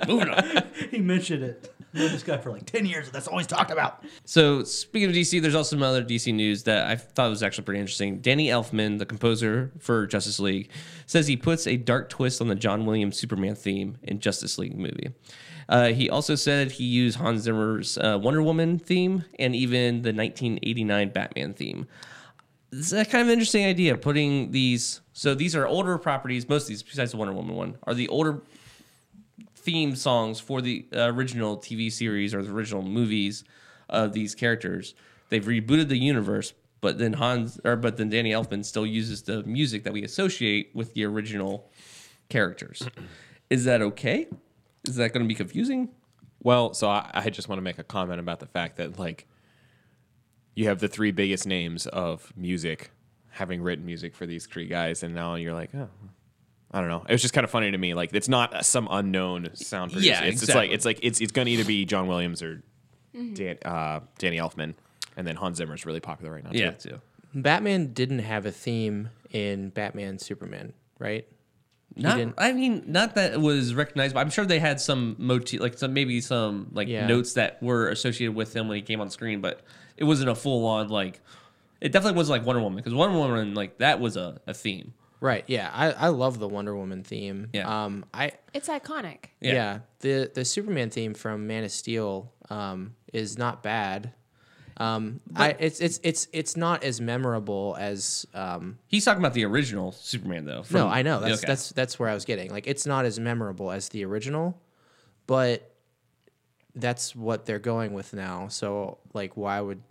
Speaker 1: Moving on.
Speaker 2: He mentioned it. Known this guy for like ten years, and that's all he's talked about.
Speaker 1: So speaking of DC, there's also some other DC news that I thought was actually pretty interesting. Danny Elfman, the composer for Justice League, says he puts a dark twist on the John Williams Superman theme in Justice League movie. Uh, he also said he used Hans Zimmer's uh, Wonder Woman theme and even the 1989 Batman theme. It's a kind of interesting idea putting these. So these are older properties. Most of these, besides the Wonder Woman one, are the older theme songs for the uh, original TV series or the original movies of these characters. They've rebooted the universe, but then Hans or but then Danny Elfman still uses the music that we associate with the original characters. Is that okay? Is that going to be confusing?
Speaker 4: Well, so I, I just want to make a comment about the fact that like you have the three biggest names of music having written music for these three guys, and now you're like, oh, I don't know. It was just kind of funny to me. Like it's not some unknown sound producer.
Speaker 1: Yeah,
Speaker 4: it's just like
Speaker 1: exactly.
Speaker 4: it's like it's it's gonna either be John Williams or Dan, uh, Danny Elfman, and then Hans Zimmer's really popular right now. too.
Speaker 1: too.
Speaker 5: Batman didn't have a theme in Batman Superman, right?
Speaker 1: Not,
Speaker 5: didn't-
Speaker 1: I mean, not that it was recognized, but I'm sure they had some motif, like some maybe some like
Speaker 5: Yeah.
Speaker 1: notes that were associated with him when he came on screen, but it wasn't a full on like. It definitely was like Wonder Woman because Wonder Woman like that was a, a theme.
Speaker 5: Right. Yeah. I, I love the Wonder Woman theme.
Speaker 1: Yeah.
Speaker 5: Um. I
Speaker 3: It's iconic.
Speaker 1: Yeah.
Speaker 5: yeah. The the Superman theme from Man of Steel um is not bad. Um. I it's it's it's it's not as memorable as um.
Speaker 1: He's talking about the original Superman though. from-
Speaker 5: no, I know that's
Speaker 1: Okay.
Speaker 5: that's that's where I was getting. Like it's not as memorable as the original, but that's what they're going with now. So like why would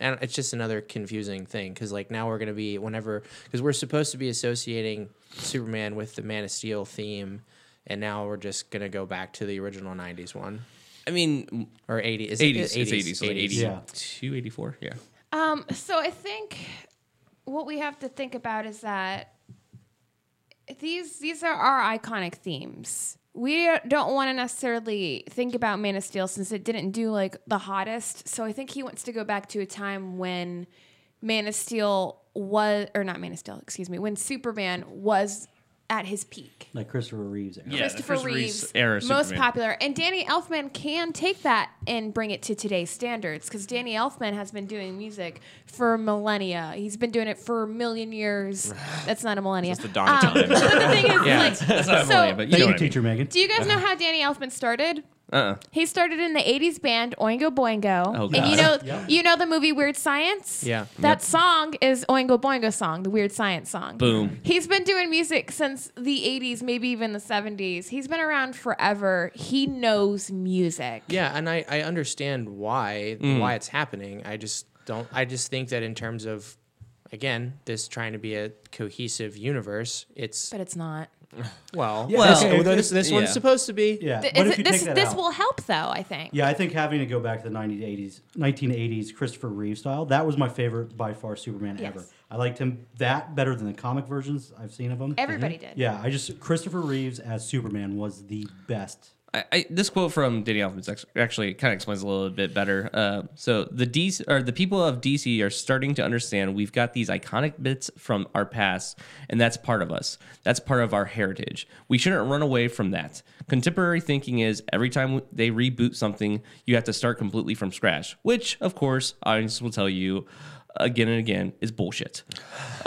Speaker 5: and it's just another confusing thing because like now we're going to be whenever because we're supposed to be associating superman with the man of steel theme and now we're just going to go back to the original 90s one
Speaker 1: I mean,
Speaker 5: or 80s is it-
Speaker 1: 80s. It's 80s. so like 80.
Speaker 2: Yeah.
Speaker 1: 284. Yeah.
Speaker 3: Um, so I think what we have to think about is that these these are our iconic themes. We don't want to necessarily think about Man of Steel since it didn't do like the hottest. So I think he wants to go back to a time when Man of Steel was, or not Man of Steel, excuse me, when Superman was at his peak.
Speaker 2: Like Christopher Reeves.
Speaker 1: Yeah. the
Speaker 3: Christopher
Speaker 1: Christopher
Speaker 3: Reeves,
Speaker 1: Reeve's era
Speaker 3: most
Speaker 1: Superman.
Speaker 3: popular, and Danny Elfman can take that and bring it to today's standards because Danny Elfman has been doing music for millennia. He's been doing it for a million years. That's not a millennia. Um,
Speaker 4: It's the dawn of time.
Speaker 3: but the thing is,
Speaker 5: Yeah.
Speaker 3: like, so
Speaker 1: Millennia, but you
Speaker 2: Thank
Speaker 1: know
Speaker 2: you,
Speaker 1: what I mean.
Speaker 2: teacher Megan.
Speaker 3: do you guys know how Danny Elfman started?
Speaker 1: Uh-huh. Uh-uh.
Speaker 3: He started in the '80s band Oingo Boingo,
Speaker 1: Oh,
Speaker 3: and you know,
Speaker 2: God. Yep.
Speaker 3: you know the movie Weird Science.
Speaker 5: Yeah.
Speaker 3: that song is Oingo Boingo song, the Weird Science song.
Speaker 1: Boom.
Speaker 3: He's been doing music since the '80s, maybe even the '70s. He's been around forever. He knows music.
Speaker 5: Yeah, and I, I understand why
Speaker 2: Mm.
Speaker 5: why it's happening. I just don't. I just think that in terms of, again, this trying to be a cohesive universe, it's
Speaker 3: but it's not.
Speaker 5: well,
Speaker 2: Well,
Speaker 5: this-
Speaker 2: okay,
Speaker 5: this, this one's
Speaker 1: yeah.
Speaker 5: supposed to be.
Speaker 2: Yeah.
Speaker 3: Th-
Speaker 2: but
Speaker 3: is
Speaker 2: if
Speaker 3: it-
Speaker 2: you
Speaker 3: this
Speaker 2: take that
Speaker 3: this
Speaker 2: out,
Speaker 3: will help, though. I think.
Speaker 2: Yeah, I think having to go back to the 1980s, 1980s Christopher Reeve style, that was my favorite by far Superman
Speaker 3: Yes.
Speaker 2: ever. I liked him that better than the comic versions I've seen of him. Mm-hmm.
Speaker 3: Everybody did.
Speaker 2: Yeah, I just Christopher Reeves as Superman was the best.
Speaker 1: I, I, this quote from Danny Elfman act- actually kind of explains a little bit better. Uh, so the DC or the people of DC are starting to understand we've got these iconic bits from our past, and that's part of us. That's part of our heritage. We shouldn't run away from that. Contemporary thinking is every time they reboot something, you have to start completely from scratch, which of course audience will tell you again and again is bullshit.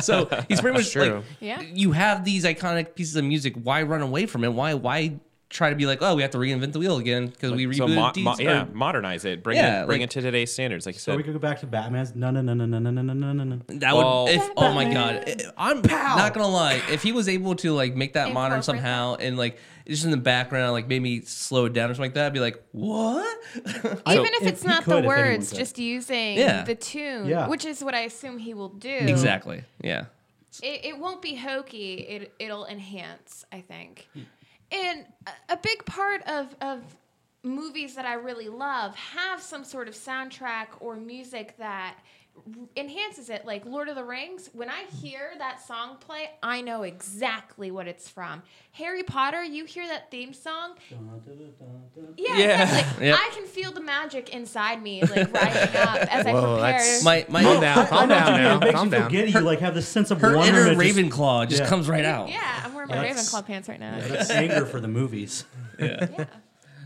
Speaker 1: so he's pretty much like,
Speaker 5: true.
Speaker 3: Yeah.
Speaker 1: you have these iconic pieces of music. Why run away from it? Why why try to be like, oh, we have to reinvent the wheel again because we rebooted
Speaker 4: so mo-
Speaker 1: these-
Speaker 4: mo- yeah,
Speaker 1: or-
Speaker 4: modernize it. Bring
Speaker 1: Oh. Yeah,
Speaker 4: it bring
Speaker 1: like-
Speaker 4: it to today's standards, like you
Speaker 2: So
Speaker 4: said.
Speaker 2: we could go back to Batman's. No, no, no, no, no, no, no, no, no, no.
Speaker 1: That would
Speaker 4: Oh.
Speaker 1: if oh my god. I'm not gonna lie. If he was able to like make that modern
Speaker 3: Incorporate
Speaker 1: somehow and like just in the background, like maybe slow it down or something like that, I'd be like, what?
Speaker 3: Even if
Speaker 2: if
Speaker 3: it's
Speaker 2: he
Speaker 3: not
Speaker 2: could, if
Speaker 3: the
Speaker 2: anyone
Speaker 3: words,
Speaker 2: could.
Speaker 3: just using
Speaker 1: Yeah.
Speaker 3: the tune,
Speaker 2: Yeah.
Speaker 3: which is what I assume he will do.
Speaker 1: exactly. Yeah.
Speaker 3: It, it won't be hokey. It it'll enhance, I think. And a, a big part of of movies that I really love have some sort of soundtrack or music that r- enhances it like Lord of the Rings when I hear that song play I know exactly what it's from Harry Potter you hear that theme song yeah,
Speaker 4: Yeah.
Speaker 3: exactly.
Speaker 1: Yep.
Speaker 3: I can feel the magic inside me like rising up as I
Speaker 5: Whoa,
Speaker 3: prepare
Speaker 5: that's-
Speaker 1: My my
Speaker 5: Calm down, calm
Speaker 2: I know what
Speaker 5: down
Speaker 2: you mean.
Speaker 5: now,
Speaker 2: It makes
Speaker 5: calm
Speaker 2: you feel
Speaker 5: down.
Speaker 2: giddy. You like have this sense of
Speaker 1: her
Speaker 2: wonder.
Speaker 1: inner
Speaker 2: and it
Speaker 1: Ravenclaw just
Speaker 2: yeah.
Speaker 1: comes right out.
Speaker 3: yeah I'm wearing my
Speaker 2: That's-
Speaker 3: Ravenclaw pants right now
Speaker 2: Just, that's anger for the movies.
Speaker 3: yeah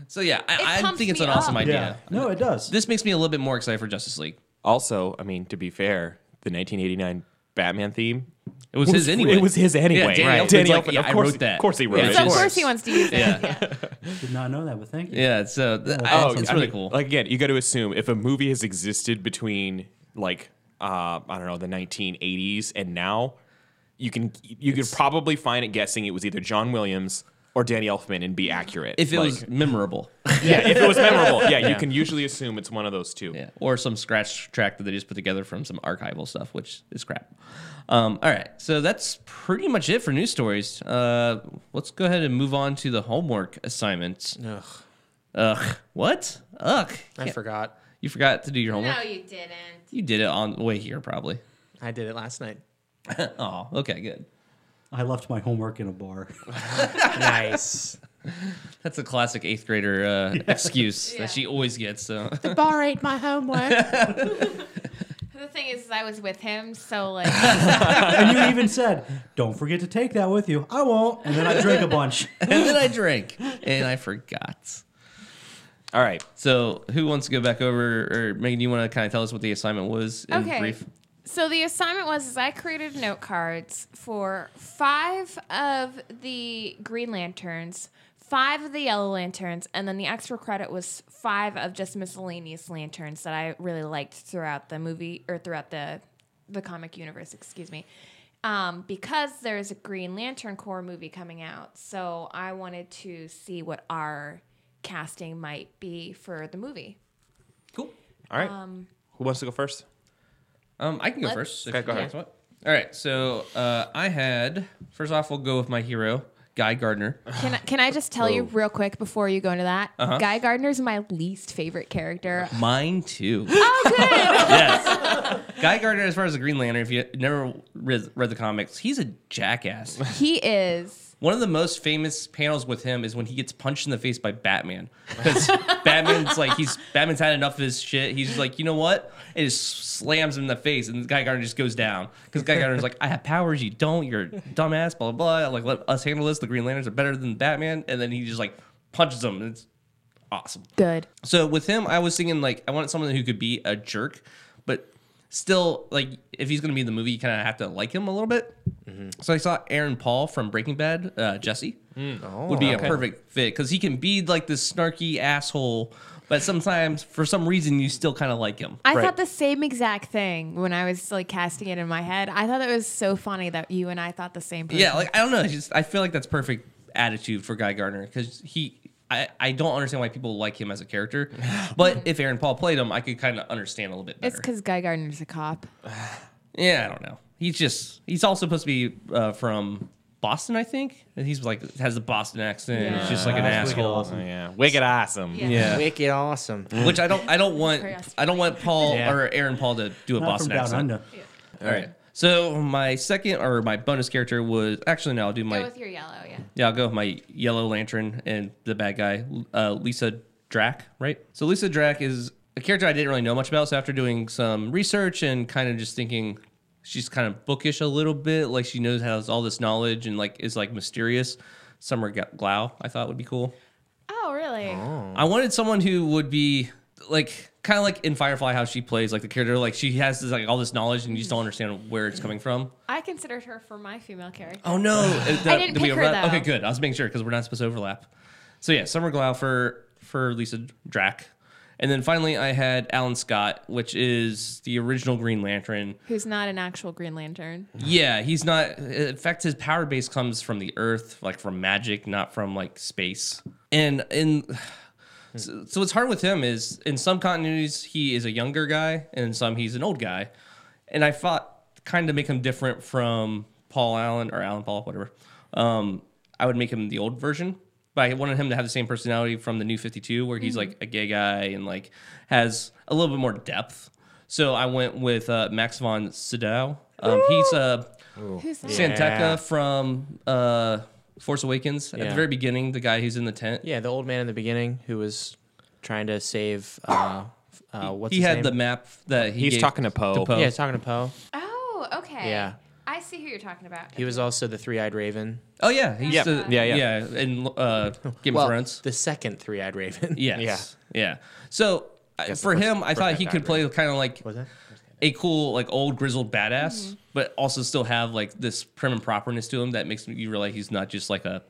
Speaker 1: So yeah,
Speaker 3: It
Speaker 1: I, I
Speaker 3: pumps
Speaker 1: think it's
Speaker 3: me
Speaker 1: an awesome
Speaker 3: up.
Speaker 1: idea.
Speaker 2: No, it does.
Speaker 1: This makes me a little bit more excited for Justice League.
Speaker 4: also, I mean, to be fair, the 1989 Batman theme.
Speaker 1: It was, his anyway.
Speaker 4: It was his anyway.
Speaker 1: Yeah, Danny
Speaker 4: Right.
Speaker 1: Elfman's
Speaker 4: Danny
Speaker 1: like,
Speaker 4: Elfman,
Speaker 1: yeah,
Speaker 4: of
Speaker 1: I
Speaker 4: course,
Speaker 1: wrote that.
Speaker 4: Of course, he wrote
Speaker 1: Yeah.
Speaker 4: it.
Speaker 3: So of
Speaker 1: course.
Speaker 3: course he wants to use it.
Speaker 1: Yeah.
Speaker 3: Yeah.
Speaker 2: Did not know that, but thank you.
Speaker 1: Yeah, so th- I-
Speaker 4: Oh,
Speaker 1: it's
Speaker 4: I
Speaker 1: really
Speaker 4: mean,
Speaker 1: cool.
Speaker 4: Like again, you got to assume if a movie has existed between like uh, I don't know the 1980s and now, you can you could probably find it guessing it was either John Williams or Danny Elfman and be accurate.
Speaker 1: if it
Speaker 4: Like,
Speaker 1: was memorable,
Speaker 4: yeah, if it was memorable, yeah, you can usually assume it's one of those two.
Speaker 1: yeah, or some scratch track that they just put together from some archival stuff, which is crap. Um, all right, so that's pretty much it for news stories. Uh, let's go ahead and move on to the homework assignment.
Speaker 5: Ugh,
Speaker 1: Ugh, what? Ugh,
Speaker 5: I forgot.
Speaker 1: you forgot to do your homework.
Speaker 3: No, you didn't.
Speaker 1: You did it on the way here, probably.
Speaker 5: I did it last night.
Speaker 1: Oh, okay, good.
Speaker 2: I left my homework in a bar.
Speaker 5: nice.
Speaker 1: That's a classic eighth grader uh, excuse
Speaker 3: Yeah.
Speaker 1: that she always gets. So
Speaker 5: Bar ate my homework.
Speaker 3: The thing is, I was with him, so like,
Speaker 2: and you even said, "Don't forget to take that with you." I won't. And then I drank a bunch.
Speaker 1: and then I drank and I forgot.
Speaker 4: All right,
Speaker 1: So who wants to go back over or Megan, you want to kind of tell us what the assignment was in
Speaker 3: okay.
Speaker 1: brief?
Speaker 3: So the assignment was: is I created note cards for five of the Green Lanterns, five of the Yellow Lanterns, and then the extra credit was five of just miscellaneous lanterns that I really liked throughout the movie or throughout the the comic universe. Excuse me. Um, because there's a Green Lantern Corps movie coming out, so I wanted to see what our casting might be for the movie.
Speaker 1: Cool.
Speaker 4: all right. Who wants to go first?
Speaker 1: Um, I can go
Speaker 3: Let's-
Speaker 1: first. if
Speaker 4: Okay, go
Speaker 1: you
Speaker 4: ahead.
Speaker 1: guys want. All right. So uh, I had first off, we'll go with my hero, Guy Gardner.
Speaker 3: Can I, can I just tell you real quick before you go into that? Guy Gardner's my least favorite character.
Speaker 1: Mine too.
Speaker 3: Oh, good.
Speaker 1: yes. Guy Gardner, as far as the Green Lantern, if you never read, read the comics, he's a jackass.
Speaker 3: he is.
Speaker 1: One of the most famous panels with him is when he gets punched in the face by Batman. Because Batman's like he's Batman's had enough of his shit. He's like, you know what? And just slams him in the face, and Guy Gardner just goes down. Because Guy Gardner's like, I have powers, you don't. You're a dumbass. Blah blah blah. Like let us handle this. The Green Lanterns are better than Batman. And then he just like punches him. And it's awesome.
Speaker 3: Good.
Speaker 1: So with him, I was thinking like I wanted someone who could be a jerk, but still like if he's gonna be in the movie, you kind of have to like him a little bit. So I saw Aaron Paul from Breaking Bad, uh, Jesse, would be a perfect fit because he can be like this snarky asshole, but sometimes for some reason you still kind of like him.
Speaker 3: I thought the same exact thing when I was like casting it in my head. I thought it was so funny that you and I thought the same. Person.
Speaker 1: Yeah, like I don't know. it's Just I feel like that's perfect attitude for Guy Gardner because he. I, I don't understand why people like him as a character, but if Aaron Paul played him, I could kind of understand a little bit better.
Speaker 3: it's because Guy Gardner's a cop.
Speaker 1: Yeah, I don't know. He's just he's all supposed to be uh, from Boston, I think. And he's like has the Boston accent. He's just like an
Speaker 2: That's wicked
Speaker 1: asshole.
Speaker 4: Oh,
Speaker 2: awesome.
Speaker 4: yeah, wicked awesome.
Speaker 1: Yeah.
Speaker 5: Wicked awesome.
Speaker 1: Which I don't I don't want
Speaker 3: Very awesome.
Speaker 1: I don't want Paul
Speaker 5: Yeah.
Speaker 1: or Aaron Paul to do a
Speaker 2: Not
Speaker 1: Boston
Speaker 2: from down
Speaker 1: accent.
Speaker 2: under.
Speaker 1: All right. So my second or my bonus character was actually no, I'll do my
Speaker 3: Go with your yellow, yeah.
Speaker 1: Yeah, I'll go with my yellow lantern and the bad guy, uh, Lisa Drac, right? So Lisa Drac is a character I didn't really know much about. So after doing some research and kind of just thinking she's kind of bookish a little bit, like she knows has all this knowledge and like is like mysterious. Summer Glau, I thought would be cool.
Speaker 3: Oh, really?
Speaker 1: I wanted someone who would be like kind of like in Firefly how she plays like the character like she has this, like all this knowledge and you just don't understand where it's coming from.
Speaker 3: I considered her for my female character.
Speaker 1: Oh no! Is that-
Speaker 3: didn't
Speaker 1: did we
Speaker 3: pick her,
Speaker 1: overlap?
Speaker 3: though.
Speaker 1: Okay, good. I was making sure because we're not supposed to overlap. So yeah, Summer Glau for for Lisa Drack, and then finally I had Alan Scott, which is the original Green Lantern.
Speaker 3: Who's not an actual Green Lantern.
Speaker 1: Yeah, he's not. In fact, his power base comes from the Earth, like from magic, not from like space. And in so, so what's hard with him is in some continuities he is a younger guy, and in some he's an old guy. And I thought kind of make him different from Paul Allen or Alan Paul, whatever. Um, I would make him the old version, but I wanted him to have the same personality from the New Fifty Two, where he's like a gay guy and like has a little bit more depth. So I went with uh, Max von Sydow. Um, he's uh,
Speaker 3: Who's that?
Speaker 1: Santeca
Speaker 5: Yeah.
Speaker 1: from uh, Force Awakens at the
Speaker 5: Yeah.
Speaker 1: very beginning, the guy who's in the tent.
Speaker 5: Yeah, the old man in the beginning who was trying to save. Uh, uh, what's
Speaker 1: he
Speaker 5: his
Speaker 1: had
Speaker 5: name?
Speaker 1: the map that he
Speaker 4: He's
Speaker 1: gave
Speaker 4: talking to Poe.
Speaker 5: Yeah, he's talking to Poe.
Speaker 3: Oh, okay.
Speaker 5: Yeah.
Speaker 3: I see who you're talking about.
Speaker 5: He was also the three-eyed raven.
Speaker 1: Oh yeah, he's
Speaker 4: Yeah,
Speaker 1: the,
Speaker 4: yeah, yeah.
Speaker 1: in uh, Game of Thrones.
Speaker 5: the second three-eyed raven.
Speaker 1: Yes. Yeah. Yeah. So I
Speaker 4: Yes,
Speaker 1: for
Speaker 4: the first-
Speaker 1: him, I
Speaker 4: first
Speaker 1: thought
Speaker 4: guy
Speaker 1: he
Speaker 4: died,
Speaker 1: could play kind of like
Speaker 5: Was that?
Speaker 1: a cool, like old grizzled badass, but also still have like this prim and properness to him that makes you realize he's not just like a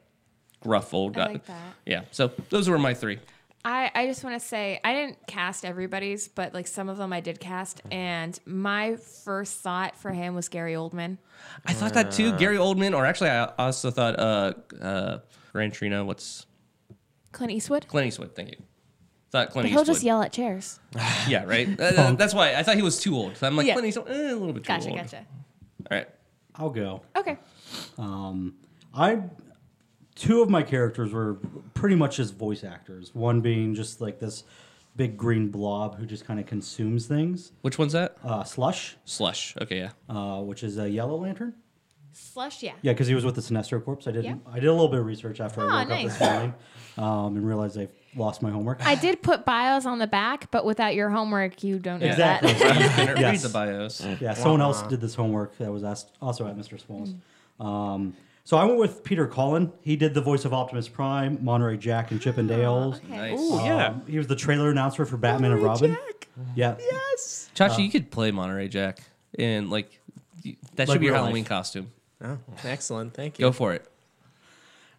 Speaker 1: gruff old
Speaker 3: I
Speaker 1: guy.
Speaker 3: like that.
Speaker 1: Yeah. So those were my three.
Speaker 3: I, I just want to say I didn't cast everybody's, but like some of them I did cast, and my first thought for him was Gary Oldman.
Speaker 1: I thought that too.
Speaker 4: Uh.
Speaker 1: Gary Oldman, or actually, I also thought uh, uh, Gran Trino. What's
Speaker 3: Clint Eastwood.
Speaker 1: Clint Eastwood? Thank you. Thought Clint
Speaker 3: He'll
Speaker 1: Eastwood.
Speaker 3: just yell at chairs.
Speaker 1: Yeah, right. Uh, uh, that's why I thought he was too old. So I'm like
Speaker 3: Yeah.
Speaker 1: Clint Eastwood, eh, a little bit too
Speaker 3: Gotcha,
Speaker 1: old.
Speaker 3: gotcha.
Speaker 1: All right.
Speaker 2: I'll go.
Speaker 3: Okay.
Speaker 2: I two of my characters were pretty much just voice actors. One being just like this big green blob who just kind of consumes things.
Speaker 1: Which one's that?
Speaker 2: Uh, Slush,
Speaker 1: Slush. Okay, yeah.
Speaker 2: uh, which is a Yellow Lantern.
Speaker 3: Slush, yeah.
Speaker 2: Yeah, because he was with the Sinestro Corps. I did.
Speaker 3: Yeah.
Speaker 2: I did a little bit of research after
Speaker 3: Oh,
Speaker 2: I woke
Speaker 3: nice.
Speaker 2: up this morning um, and realized I lost my homework.
Speaker 3: I did put bios on the back, but without your homework, you don't know
Speaker 2: Exactly.
Speaker 3: that.
Speaker 1: Read
Speaker 2: Yes.
Speaker 1: the bios.
Speaker 2: yeah, someone else did this homework that was asked also at Mr. Small's. Um, so I went with Peter Cullen. He did the voice of Optimus Prime, Monterey Jack, and Chip and Dale's.
Speaker 1: Nice.
Speaker 3: Ooh.
Speaker 2: Um, he was the trailer announcer for Batman and Robin. Yeah.
Speaker 1: Chachi, you could play Monterey Jack, and like you, that
Speaker 2: Like
Speaker 1: should be your
Speaker 2: real
Speaker 1: Halloween
Speaker 2: life.
Speaker 1: costume.
Speaker 5: Oh, excellent. Thank you.
Speaker 1: Go for it.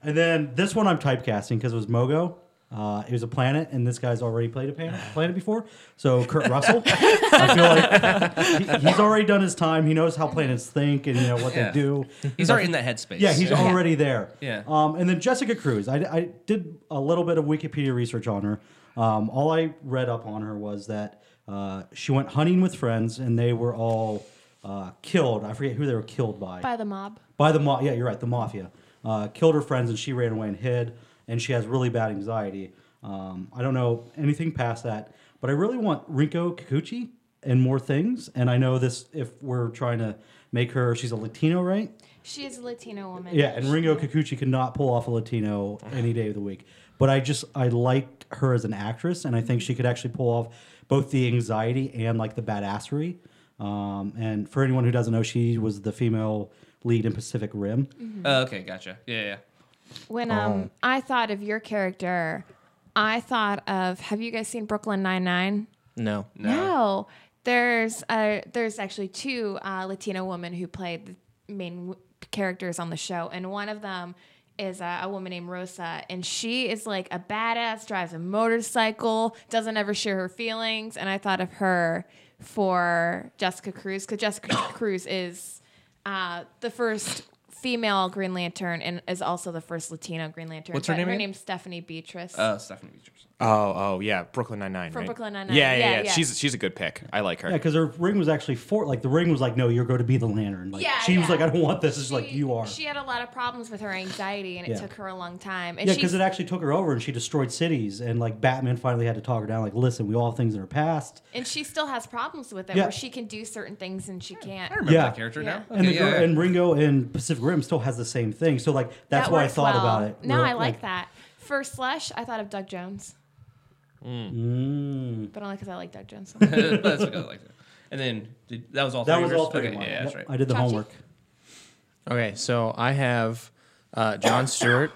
Speaker 2: And then this one I'm typecasting because it was Mogo. Uh, it was a planet, and this guy's already played a planet, planet before. So Kurt Russell, I feel like he, he's already done his time. He knows how planets think and you know what
Speaker 1: Yeah.
Speaker 2: they do.
Speaker 1: He's already in that headspace.
Speaker 2: Yeah, he's already there.
Speaker 1: Yeah.
Speaker 2: Um, and then Jessica Cruz. I, I did a little bit of Wikipedia research on her. Um, all I read up on her was that uh, she went hunting with friends and they were all uh, killed. I forget who they were killed by.
Speaker 3: By the mob.
Speaker 2: By the ma- yeah, you're right. The mafia uh, killed her friends, and she ran away and hid. And she has really bad anxiety. Um, I don't know anything past that, but I really want Rinko Kikuchi and more things. And I know this if we're trying to make her, she's a Latino, right?
Speaker 3: She is a Latino woman.
Speaker 2: Yeah, and Ringo Kikuchi could not pull off a Latino any day of the week. But I just I liked her as an actress, and I think she could actually pull off both the anxiety and like the badassery. Um, and for anyone who doesn't know, she was the female lead in Pacific Rim.
Speaker 3: Mm-hmm.
Speaker 1: Uh, okay, gotcha. Yeah, yeah.
Speaker 3: When um, I thought of your character, I thought of Have you guys seen Brooklyn Nine Nine?
Speaker 5: No.
Speaker 3: No. There's uh, there's actually two uh, Latino women who played the main w- characters on the show, and one of them is uh, a woman named Rosa, and she is like a badass, drives a motorcycle, doesn't ever share her feelings, and I thought of her for Jessica Cruz because Jessica Cruz is uh, the first female Green Lantern and is also the first Latino Green Lantern.
Speaker 1: What's her
Speaker 3: but
Speaker 1: name
Speaker 3: Her
Speaker 1: again?
Speaker 3: name's Stephanie Beatrice.
Speaker 1: Uh, Stephanie Beatrice.
Speaker 4: Oh, oh yeah, Brooklyn Nine Nine.
Speaker 3: From
Speaker 4: right?
Speaker 3: Brooklyn Nine-Nine.
Speaker 4: Yeah, yeah,
Speaker 3: Yeah,
Speaker 4: yeah,
Speaker 3: yeah.
Speaker 4: She's she's a good pick. I like her.
Speaker 2: Yeah, because her ring was actually for like the ring was like, no, you're going to be the lantern. Like,
Speaker 3: Yeah,
Speaker 2: she was
Speaker 3: yeah.
Speaker 2: like, I don't want this. It's like
Speaker 3: She-
Speaker 2: you are.
Speaker 3: She had a lot of problems with her anxiety, and it
Speaker 2: Yeah.
Speaker 3: took her a long time. And
Speaker 2: Yeah,
Speaker 3: she's,
Speaker 2: because it actually took her over, and she destroyed cities, and like Batman finally had to talk her down. Like, listen, we all have things in our past.
Speaker 3: and she still has problems with it,
Speaker 2: Yeah.
Speaker 3: where she can do certain things and she can't.
Speaker 1: I remember
Speaker 2: Yeah.
Speaker 1: that character
Speaker 3: Yeah.
Speaker 1: now.
Speaker 2: and the
Speaker 1: Okay,
Speaker 2: girl,
Speaker 1: yeah, yeah.
Speaker 2: and Ringo in Pacific Rim still has the same thing. So like that's
Speaker 3: That
Speaker 2: why I
Speaker 3: works
Speaker 2: thought
Speaker 3: well.
Speaker 2: about it.
Speaker 3: No,
Speaker 2: Real-
Speaker 3: I like that. For Slush, I thought of Doug Jones,
Speaker 2: Mm.
Speaker 3: but only because I like Doug Jones. so much.
Speaker 1: But that's what I liked. And then did, that was all.
Speaker 2: That
Speaker 1: three
Speaker 2: was
Speaker 1: yours?
Speaker 2: all three. of
Speaker 1: Okay,
Speaker 2: mine.
Speaker 1: yeah, that's
Speaker 2: Yep,
Speaker 1: right.
Speaker 2: I did the
Speaker 3: Chachi?
Speaker 2: homework.
Speaker 5: Okay, so I have uh, John Stewart,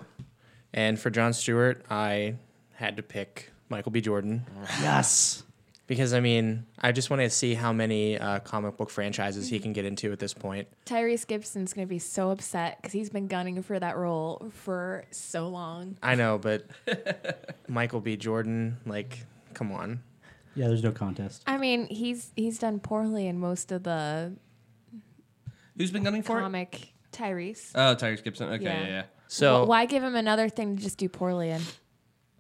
Speaker 5: and for John Stewart, I had to pick Michael B. Jordan.
Speaker 2: Yes.
Speaker 5: Because I mean, I just want to see how many uh, comic book franchises he can get into at this point.
Speaker 3: Tyrese Gibson's gonna be so upset because he's been gunning for that role for so long.
Speaker 5: I know, but Michael B. Jordan, like, come on.
Speaker 2: Yeah, there's no contest.
Speaker 3: I mean, he's he's done poorly in most of the
Speaker 1: Who's been gunning for it?
Speaker 3: comic Tyrese.
Speaker 1: Oh, Tyrese Gibson. Okay,
Speaker 3: Yeah.
Speaker 1: yeah, yeah.
Speaker 5: So
Speaker 3: Wh- why give him another thing to just do poorly in?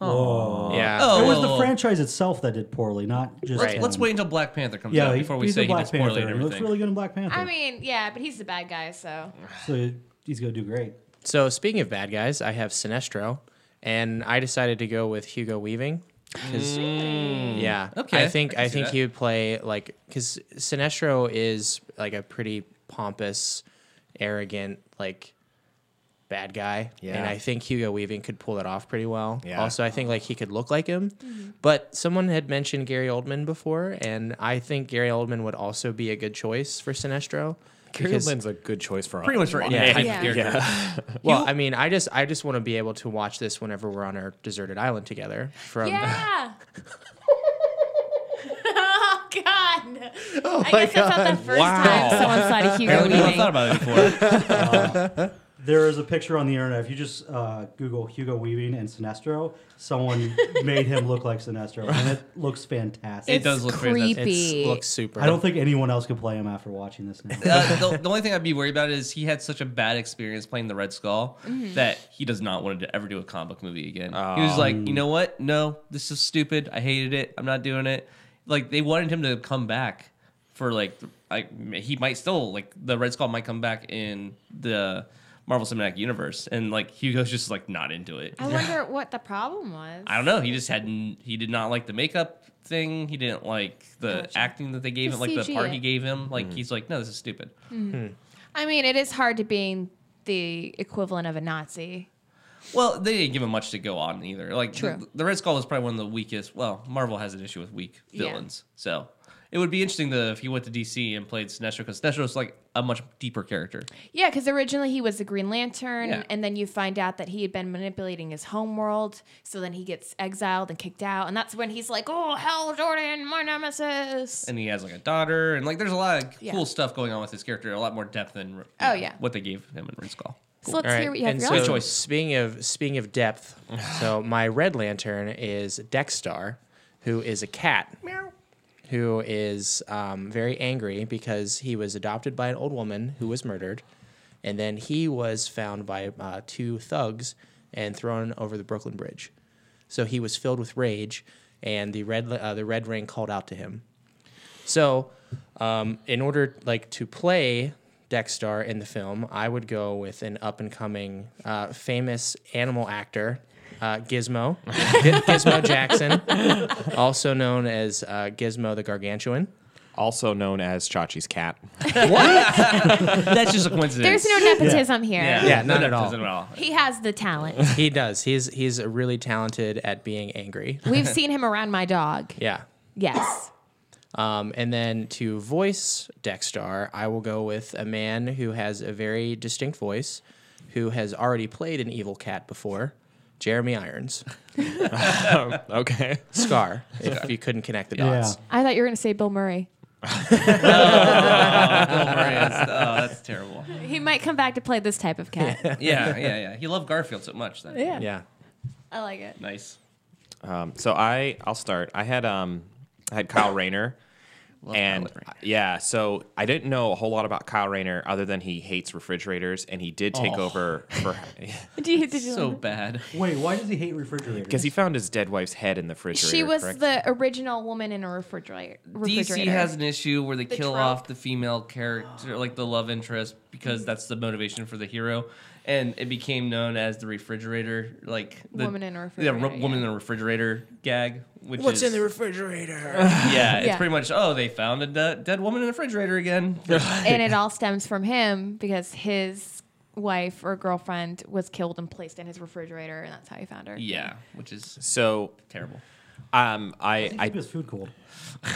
Speaker 5: yeah,
Speaker 1: Oh,
Speaker 2: It was the
Speaker 1: Well-
Speaker 2: franchise itself that did poorly, not just.
Speaker 5: Right.
Speaker 2: him.
Speaker 1: Let's wait until Black Panther comes
Speaker 2: Yeah,
Speaker 1: out
Speaker 2: he-
Speaker 1: before we
Speaker 2: he's
Speaker 1: say
Speaker 2: in
Speaker 1: he
Speaker 2: Black
Speaker 1: did spoil
Speaker 2: Panther.
Speaker 1: it and
Speaker 2: and He looks
Speaker 1: everything.
Speaker 2: really good in Black Panther.
Speaker 3: I mean, yeah, but he's the bad guy, so
Speaker 2: so he's gonna do great.
Speaker 5: so speaking of bad guys, I have Sinestro, and I decided to go with Hugo Weaving. 'cause- Yeah.
Speaker 1: Mm. Okay,
Speaker 5: I think
Speaker 1: I can
Speaker 5: I,
Speaker 1: see
Speaker 5: think
Speaker 1: that.
Speaker 5: he would play like because Sinestro is like a pretty pompous, arrogant like bad guy, and
Speaker 7: Yeah.
Speaker 5: I think Hugo Weaving could pull that off pretty well.
Speaker 7: Yeah.
Speaker 5: Also, I think like he could look like him, but someone had mentioned Gary Oldman before, and I think Gary Oldman would also be a good choice for Sinestro.
Speaker 7: Gary
Speaker 5: because-
Speaker 7: Oldman's a good choice for
Speaker 1: Pretty much for any type
Speaker 3: Yeah.
Speaker 1: of character.
Speaker 5: Well, I mean, I just I just want to be able to watch this whenever we're on our deserted island together. From
Speaker 3: yeah. oh God!
Speaker 5: Oh,
Speaker 3: I guess that's not the first time someone saw a Hugo
Speaker 1: Apparently, people have
Speaker 3: Weaving.
Speaker 1: thought about it before.
Speaker 2: There is a picture on the internet. If you just uh, Google Hugo Weaving and Sinestro, someone made him look like Sinestro, and it looks fantastic.
Speaker 1: It does look fantastic.
Speaker 3: creepy.
Speaker 5: it looks super.
Speaker 2: I don't think anyone else could play him after watching this now.
Speaker 1: Uh, the, the only thing I'd be worried about is he had such a bad experience playing the Red Skull
Speaker 3: Mm-hmm.
Speaker 1: that he does not want to ever do a comic book movie again. He was like,
Speaker 2: Oh.
Speaker 1: you know what? No, this is stupid. I hated it. I'm not doing it. Like they wanted him to come back for like, like he might still like the Red Skull might come back in the Marvel Cinematic Universe, and like Hugo's just like not into it.
Speaker 3: I wonder what the problem was.
Speaker 1: I don't know. He just had not he did not like the makeup thing. He didn't like the
Speaker 3: Gotcha.
Speaker 1: acting that they gave
Speaker 3: The
Speaker 1: him, like the
Speaker 3: CG
Speaker 1: part
Speaker 3: it.
Speaker 1: he gave him. Like
Speaker 5: Mm-hmm.
Speaker 1: he's like, no, this is stupid.
Speaker 3: I mean, it is hard to being the equivalent of a Nazi.
Speaker 1: Well, they didn't give him much to go on either. Like
Speaker 3: True.
Speaker 1: The, the Red Skull is probably one of the weakest. Well, Marvel has an issue with weak
Speaker 3: Yeah.
Speaker 1: villains, so it would be interesting to, if he went to DC and played Sinestro because Sinestro's like a much deeper character.
Speaker 3: Yeah, because originally he was the Green Lantern,
Speaker 1: Yeah.
Speaker 3: and then you find out that he had been manipulating his homeworld. So then he gets exiled and kicked out, and that's when he's like, "Oh hell, Jordan, my nemesis."
Speaker 1: And he has like a daughter, and like there's a lot of
Speaker 3: Yeah.
Speaker 1: cool stuff going on with his character, a lot more depth than you
Speaker 3: Oh,
Speaker 1: know,
Speaker 3: yeah.
Speaker 1: what they gave him in Red Skull.
Speaker 3: so let's
Speaker 5: All
Speaker 3: hear
Speaker 5: right.
Speaker 3: what you have
Speaker 5: and
Speaker 3: for
Speaker 5: so,
Speaker 3: your
Speaker 1: choice.
Speaker 5: Speaking of speaking of depth, so my red lantern is Dexstar, who is a cat, who is um, very angry because he was adopted by an old woman who was murdered, and then he was found by uh, two thugs and thrown over the Brooklyn Bridge. So he was filled with rage, and the red uh, the red ring called out to him. So, um, in order like to play Dexstar in the film, I would go with an up and coming uh, famous animal actor, uh, Gizmo, G- Gizmo Jackson, also known as uh, Gizmo the Gargantuan.
Speaker 4: Also known as Chachi's cat.
Speaker 1: That's just a coincidence.
Speaker 3: There's no nepotism here.
Speaker 5: Yeah, not
Speaker 1: no
Speaker 5: at all.
Speaker 1: nepotism
Speaker 3: He has the talent.
Speaker 5: He does. He's he's really talented at being angry.
Speaker 3: We've seen him around my dog.
Speaker 5: Yeah.
Speaker 3: Yes.
Speaker 5: Um, and then to voice Dexstar, I will go with a man who has a very distinct voice, who has already played an evil cat before, Jeremy Irons.
Speaker 4: Okay.
Speaker 5: Scar, if you couldn't connect the
Speaker 2: Yeah.
Speaker 5: dots.
Speaker 3: I thought you were going to say Bill Murray.
Speaker 1: Bill Murray is- oh, that's terrible.
Speaker 3: He might come back to play this type of cat.
Speaker 1: Yeah, yeah, yeah. He loved Garfield so much. That
Speaker 5: Yeah.
Speaker 3: I like it.
Speaker 1: nice.
Speaker 4: Um, so I I'll start. I had um I had Kyle Rayner. and
Speaker 1: Oh, Kyle Rayner.
Speaker 4: yeah, so I didn't know a whole lot about Kyle Rayner other than he hates refrigerators and he did take
Speaker 1: Oh.
Speaker 4: over for
Speaker 3: Do you, did you
Speaker 1: So bad.
Speaker 2: Wait, why does he hate refrigerators?
Speaker 4: because he found his dead wife's head in the refrigerator.
Speaker 3: she was
Speaker 4: correct?
Speaker 3: the original woman in a refrigerator.
Speaker 1: DC
Speaker 3: refrigerator.
Speaker 1: has an issue where they
Speaker 3: The
Speaker 1: kill
Speaker 3: trope.
Speaker 1: off the female character, like the love interest, because that's the motivation for the hero, and it became known as the refrigerator, like the
Speaker 3: Woman in a
Speaker 1: yeah,
Speaker 3: refrigerator,
Speaker 1: ro- woman
Speaker 3: yeah.
Speaker 1: in a refrigerator gag. Which
Speaker 5: What's
Speaker 1: is,
Speaker 5: in the refrigerator?
Speaker 1: yeah, it's
Speaker 3: Yeah.
Speaker 1: pretty much oh they found a de- dead woman in the refrigerator again.
Speaker 3: and it all stems from him because his wife or girlfriend was killed and placed in his refrigerator, and that's how he found her.
Speaker 1: yeah, which is
Speaker 4: so
Speaker 1: terrible.
Speaker 4: um I
Speaker 2: I
Speaker 4: I
Speaker 2: keep his food cold.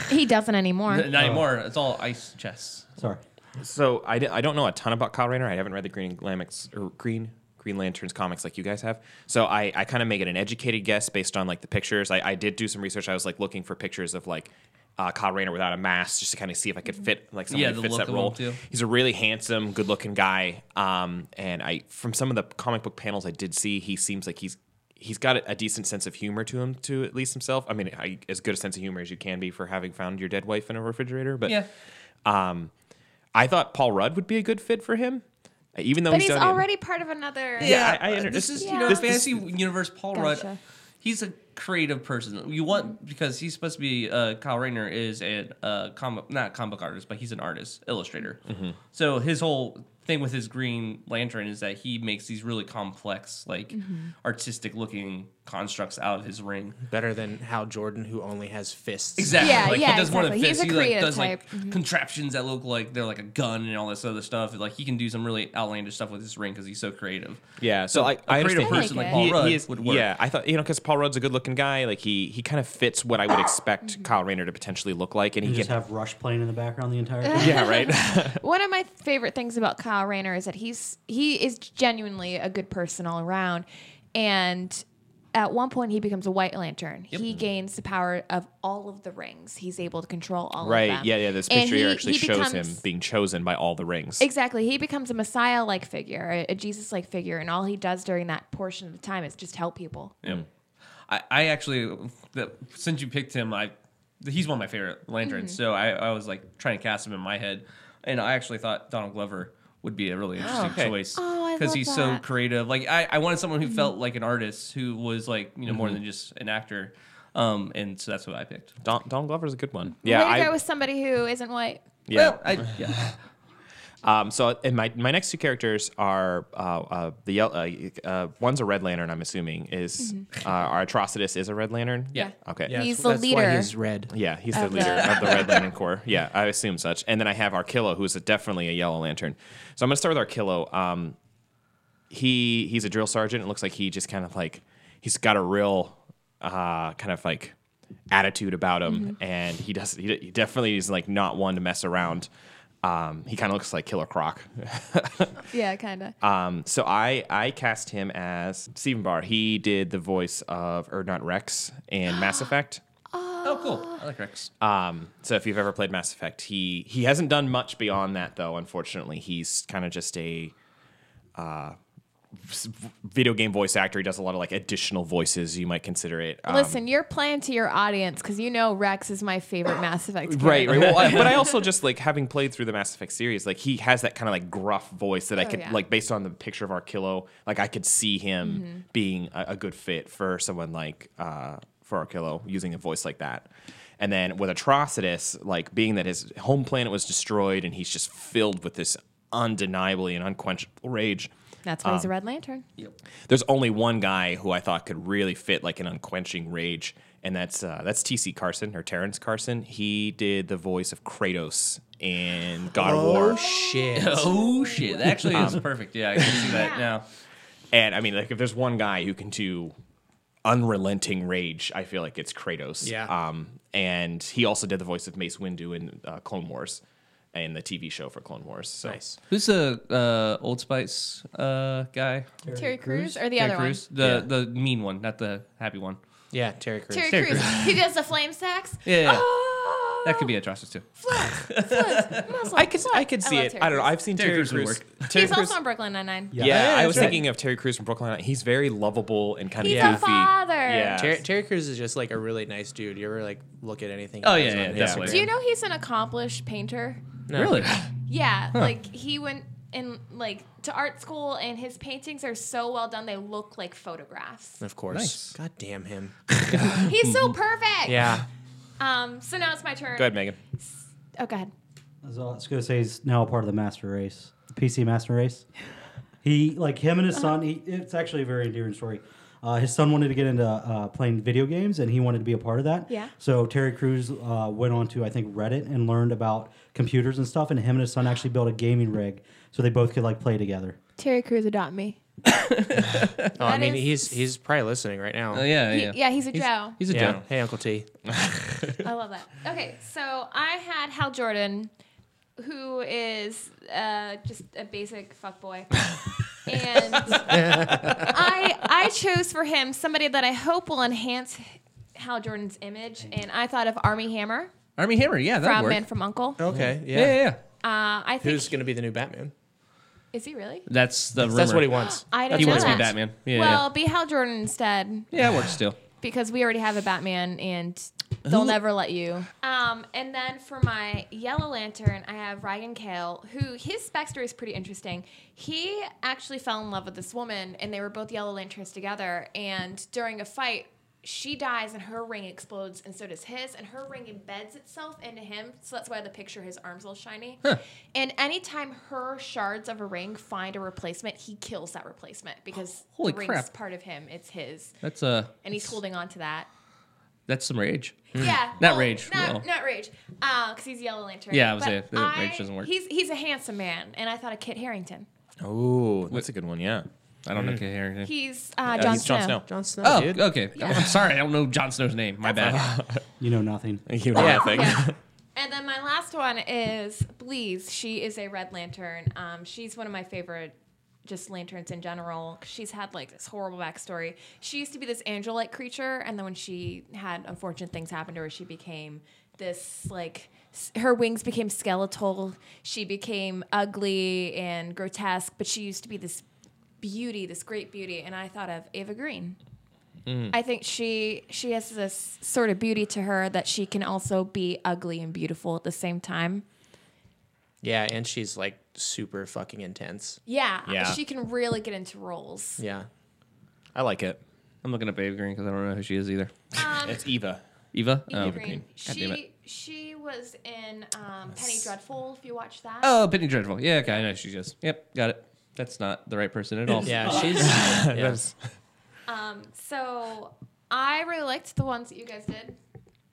Speaker 3: He doesn't anymore.
Speaker 1: N- Not anymore. It's all ice chests.
Speaker 2: Sorry.
Speaker 4: So I, di- I don't know a ton about Kyle Rayner. I haven't read the Green Lamics or Green Green Lanterns comics like you guys have. So I, I kind of make it an educated guess based on like the pictures. I, I did do some research. I was like looking for pictures of like uh, Kyle Rayner without a mask just to kind of see if I could fit like somebody
Speaker 1: Yeah,
Speaker 4: who
Speaker 1: the
Speaker 4: fits
Speaker 1: look
Speaker 4: that
Speaker 1: of
Speaker 4: role.
Speaker 1: him, too.
Speaker 4: He's a really handsome, good-looking guy, um, and I from some of the comic book panels I did see, he seems like he's he's got a, a decent sense of humor to him, to at least himself. I mean, I, as good a sense of humor as you can be for having found your dead wife in a refrigerator, but
Speaker 1: Yeah.
Speaker 4: um, I thought Paul Rudd would be a good fit for him, even though
Speaker 3: But
Speaker 4: he's,
Speaker 3: he's
Speaker 4: done it in-
Speaker 3: already part of another.
Speaker 4: Yeah, I- I
Speaker 1: uh,
Speaker 4: under-
Speaker 1: this
Speaker 4: this-
Speaker 1: is
Speaker 3: yeah.
Speaker 1: you know
Speaker 3: this-
Speaker 1: fantasy universe. Paul Rudd,
Speaker 3: Gotcha.
Speaker 1: he's a creative person. You want because he's supposed to be uh, Kyle Rayner is a uh, comic not comic artist, but he's an artist illustrator.
Speaker 4: Mm-hmm.
Speaker 1: So his whole thing with his Green Lantern is that he makes these really complex, like
Speaker 3: Mm-hmm.
Speaker 1: artistic looking constructs out of his ring.
Speaker 5: Better than Hal Jordan, who only has fists.
Speaker 1: Exactly.
Speaker 3: Yeah,
Speaker 1: like
Speaker 3: yeah,
Speaker 1: he does more than
Speaker 3: exactly. He's
Speaker 1: fists.
Speaker 3: a
Speaker 1: He like
Speaker 3: creative
Speaker 1: does like
Speaker 3: type. Mhm.
Speaker 1: contraptions that look like they're like a gun and all this other stuff. Like he can do some really outlandish stuff with his ring because he's so creative.
Speaker 4: Yeah, so, I,
Speaker 1: a
Speaker 4: I
Speaker 1: creative
Speaker 4: understand.
Speaker 3: person like Paul
Speaker 1: Rudd would work.
Speaker 4: Yeah, I thought you know because Paul Rudd's a good-looking guy. Like he he kind of fits what I would expect Kyle Rayner to potentially look like, and
Speaker 2: You
Speaker 4: he
Speaker 2: just
Speaker 4: can.
Speaker 2: have Rush playing in the background the entire time.
Speaker 4: yeah, right.
Speaker 3: One of my favorite things about Kyle Rayner is that he's he is genuinely a good person all around, and at one point he becomes a White Lantern. He gains the power of all of the rings. He's able to control all of them.
Speaker 4: right. Yeah, yeah. This
Speaker 3: And
Speaker 4: picture here
Speaker 3: he-
Speaker 4: actually
Speaker 3: he
Speaker 4: shows
Speaker 3: becomes-
Speaker 4: him being chosen by all the rings.
Speaker 3: Exactly. He becomes a messiah like figure, a, a Jesus like figure, and all he does during that portion of the time is just help people.
Speaker 1: I, I actually, the, since you picked him, I he's one of my favorite lanterns.
Speaker 3: Mm-hmm.
Speaker 1: So I, I was like trying to cast him in my head, and I actually thought Donald Glover would be a really interesting
Speaker 4: okay.
Speaker 1: choice
Speaker 3: Oh, I love
Speaker 1: he's so
Speaker 3: that. Mm-hmm.
Speaker 1: creative. Like I, I wanted someone who felt like an artist who was like you know more than just an actor. Um, and so that's what I picked.
Speaker 4: Don, Don Glover's a good one.
Speaker 3: Way
Speaker 4: Yeah,
Speaker 3: to
Speaker 4: I,
Speaker 3: go with somebody who isn't white.
Speaker 4: yeah.
Speaker 1: Well, I, yeah.
Speaker 4: Um, so, and my, my next two characters are uh, uh, the yel- uh, uh, one's a Red Lantern. I'm assuming is
Speaker 3: Mm-hmm.
Speaker 4: uh, our Atrocitus is a Red Lantern.
Speaker 1: Yeah.
Speaker 4: Okay.
Speaker 5: Yeah,
Speaker 3: He's
Speaker 5: that's-
Speaker 3: the
Speaker 5: that's
Speaker 3: leader.
Speaker 5: Why he's red.
Speaker 4: Yeah, he's the
Speaker 3: Of the-
Speaker 4: leader of the Red Lantern Corps. Yeah, I assume such. And then I have Arkillo, who is a, definitely a Yellow Lantern. So I'm gonna start with Arkillo. Um, he he's a drill sergeant. It looks like he just kind of like he's got a real uh, kind of like attitude about him, and he does he, he definitely is like not one to mess around. Um, he kind of looks like Killer Croc.
Speaker 3: Yeah, kind of.
Speaker 4: Um, so I I cast him as Stephen Barr. He did the voice of Erdnot Rex in Mass Effect.
Speaker 1: Oh,
Speaker 3: Ah.
Speaker 1: cool. I like Rex.
Speaker 4: Um, so if you've ever played Mass Effect, he he hasn't done much beyond that though. Unfortunately, he's kind of just a uh, s- video game voice actor. He does a lot of like additional voices. You might consider it. Um,
Speaker 3: Listen, you're playing to your audience because you know Rex is my favorite Mass Effect. character.
Speaker 4: Right, right. Well, I, but I also just like having played through the Mass Effect series, like he has that kind of like gruff voice that I
Speaker 3: Oh,
Speaker 4: could
Speaker 3: yeah.
Speaker 4: like based on the picture of Arkillo, like I could see him
Speaker 3: Mm-hmm.
Speaker 4: being a, a good fit for someone like uh for Arkillo using a voice like that. And then with Atrocitus, like being that his home planet was destroyed and he's just filled with this undeniably and unquenchable rage.
Speaker 3: That's why he's
Speaker 4: Um,
Speaker 3: a Red Lantern.
Speaker 4: There's only one guy who I thought could really fit like an unquenching rage, and that's uh, that's T.C. Carson or Terrence Carson. He did the voice of Kratos in God of War,
Speaker 5: Shit.
Speaker 1: Oh shit! That actually is perfect. Yeah, I can see that now.
Speaker 4: and I mean, like if there's one guy who can do unrelenting rage, I feel like it's Kratos.
Speaker 5: Yeah.
Speaker 4: Um, and he also did the voice of Mace Windu in uh, Clone Wars, in the TV show for Clone Wars. So.
Speaker 5: Nice.
Speaker 1: Who's the uh, Old Spice uh, guy?
Speaker 3: Terry Crews or the
Speaker 1: Terry
Speaker 3: other
Speaker 1: Crews? The the mean one, not the happy one.
Speaker 5: Yeah, Terry Crews.
Speaker 3: one? Terry, Crews. he does the flame sacks.
Speaker 1: Yeah, yeah, yeah.
Speaker 3: Oh,
Speaker 1: That could be atrocious too.
Speaker 3: muscle.
Speaker 4: I could I could see
Speaker 3: love
Speaker 4: it.
Speaker 3: Terry
Speaker 4: I don't know.
Speaker 3: Crews.
Speaker 4: I've seen
Speaker 1: Terry
Speaker 4: Terry,
Speaker 1: Crews would
Speaker 4: Crews. Terry
Speaker 3: He's
Speaker 4: Crews-
Speaker 3: also on Brooklyn Nine Nine.
Speaker 2: Yeah.
Speaker 4: Yeah, I
Speaker 5: that's
Speaker 4: was
Speaker 5: right.
Speaker 4: thinking of Terry Crews from Brooklyn. Nine-Nine. He's very lovable and kind
Speaker 3: He's
Speaker 4: of
Speaker 3: a
Speaker 4: goofy.
Speaker 3: father.
Speaker 4: Yeah.
Speaker 5: Terry, Terry Crews is just like a really nice dude. You ever like look at anything?
Speaker 1: Oh,
Speaker 5: he
Speaker 1: yeah,
Speaker 5: does on
Speaker 1: yeah,
Speaker 5: Instagram?
Speaker 1: definitely.
Speaker 3: Do you know he's an accomplished painter?
Speaker 5: No.
Speaker 1: Really?
Speaker 3: Yeah, like he went in like to art school, and his paintings are so well done; they look like photographs.
Speaker 5: Of course.
Speaker 1: Nice.
Speaker 5: God damn him.
Speaker 3: He's so perfect.
Speaker 5: Yeah.
Speaker 3: Um. So now it's my turn.
Speaker 4: Go ahead, Megan.
Speaker 3: Oh, go ahead.
Speaker 2: So I was gonna say he's now a part of the master race, the PC master race. He like him and his son. He, it's actually a very endearing story. Uh, his son wanted to get into uh, playing video games, and he wanted to be a part of that.
Speaker 3: Yeah.
Speaker 2: So Terry Crews uh, went on to I think Reddit and learned about computers and stuff. And him and his son actually built a gaming rig so they both could like play together.
Speaker 3: Terry Crews adopt me.
Speaker 5: Oh, I
Speaker 3: That
Speaker 5: mean,
Speaker 3: is-
Speaker 5: he's he's probably listening right now.
Speaker 1: Oh, yeah,
Speaker 3: He-
Speaker 1: yeah.
Speaker 3: yeah. he's a Joe.
Speaker 1: He's a
Speaker 5: Yeah.
Speaker 1: joke.
Speaker 5: Hey, Uncle T.
Speaker 3: I love that. Okay, so I had Hal Jordan, who is uh, just a basic fuckboy. and I I chose for him somebody that I hope will enhance Hal Jordan's image, and I thought of Army Hammer.
Speaker 1: Army Hammer. Yeah, that
Speaker 3: from
Speaker 1: worked.
Speaker 3: Man from Uncle. Uh,
Speaker 5: Okay, yeah.
Speaker 1: yeah. yeah, yeah.
Speaker 3: I think
Speaker 5: Who's gonna be the new Batman?
Speaker 3: is he really?
Speaker 1: That's the rumor.
Speaker 5: That's what he wants.
Speaker 3: I don't
Speaker 1: He
Speaker 3: know
Speaker 1: wants to be
Speaker 3: that.
Speaker 1: Batman. Yeah,
Speaker 3: well,
Speaker 1: yeah.
Speaker 3: be Hal Jordan instead
Speaker 1: Yeah, it works still.
Speaker 3: because we already have a Batman and they'll never let you. Um, and then for my Yellow Lantern, I have Ryan Kale, who his backstory is pretty interesting. He actually fell in love with this woman, and they were both Yellow Lanterns together. And during a fight, she dies, and her ring explodes, and so does his. And her ring embeds itself into him, so that's why the picture his arms all shiny. And anytime her shards of a ring find a replacement, he kills that replacement because
Speaker 1: Holy
Speaker 3: the ring's
Speaker 1: crap.
Speaker 3: part of him. It's his
Speaker 1: That's uh,
Speaker 3: and he's holding on to that.
Speaker 1: that's some rage.
Speaker 3: Yeah,
Speaker 1: Mm. Not rage,
Speaker 3: not,
Speaker 1: well.
Speaker 3: not rage, because he's Yellow Lantern.
Speaker 1: Yeah, I was
Speaker 3: But
Speaker 1: saying, the rage doesn't work.
Speaker 3: He's he's a handsome man, and I thought of Kit Harrington.
Speaker 4: Oh, that's a good one. Yeah.
Speaker 1: I don't know Kit Harington.
Speaker 3: He's uh,
Speaker 4: Yeah,
Speaker 3: John
Speaker 4: he's
Speaker 3: Snow.
Speaker 4: Jon Snow.
Speaker 5: John Snow,
Speaker 1: Oh,
Speaker 5: dude.
Speaker 1: okay. I'm sorry. I don't know Jon Snow's name. My bad.
Speaker 2: You know nothing.
Speaker 4: You know
Speaker 5: Yeah.
Speaker 4: nothing.
Speaker 3: Yeah. And then my last one is Bleeze. She is a Red Lantern. Um, she's one of my favorite just lanterns in general. She's had like this horrible backstory. She used to be this angel like creature, and then when she had unfortunate things happen to her, she became this like s- her wings became skeletal. She became ugly and grotesque, but she used to be this beauty, this great beauty. And I thought of Ava Green. I think she she has this sort of beauty to her that she can also be ugly and beautiful at the same time.
Speaker 5: Yeah, and she's like super fucking intense.
Speaker 3: Yeah,
Speaker 4: Yeah.
Speaker 3: she can really get into roles.
Speaker 5: Yeah.
Speaker 4: I like it.
Speaker 1: I'm looking at Babe Green because I don't know who she is either.
Speaker 4: It's Eva.
Speaker 1: Eva.
Speaker 3: Eva
Speaker 1: oh,
Speaker 3: Green.
Speaker 1: God damn it.
Speaker 3: She she was in um, Penny Dreadful. If you watch that,
Speaker 1: Oh, Penny Dreadful. Yeah, okay. I know who she is. Yep, got it. That's not the right person at all.
Speaker 5: Yeah, she's yeah.
Speaker 3: um, so I really liked the ones that you guys did.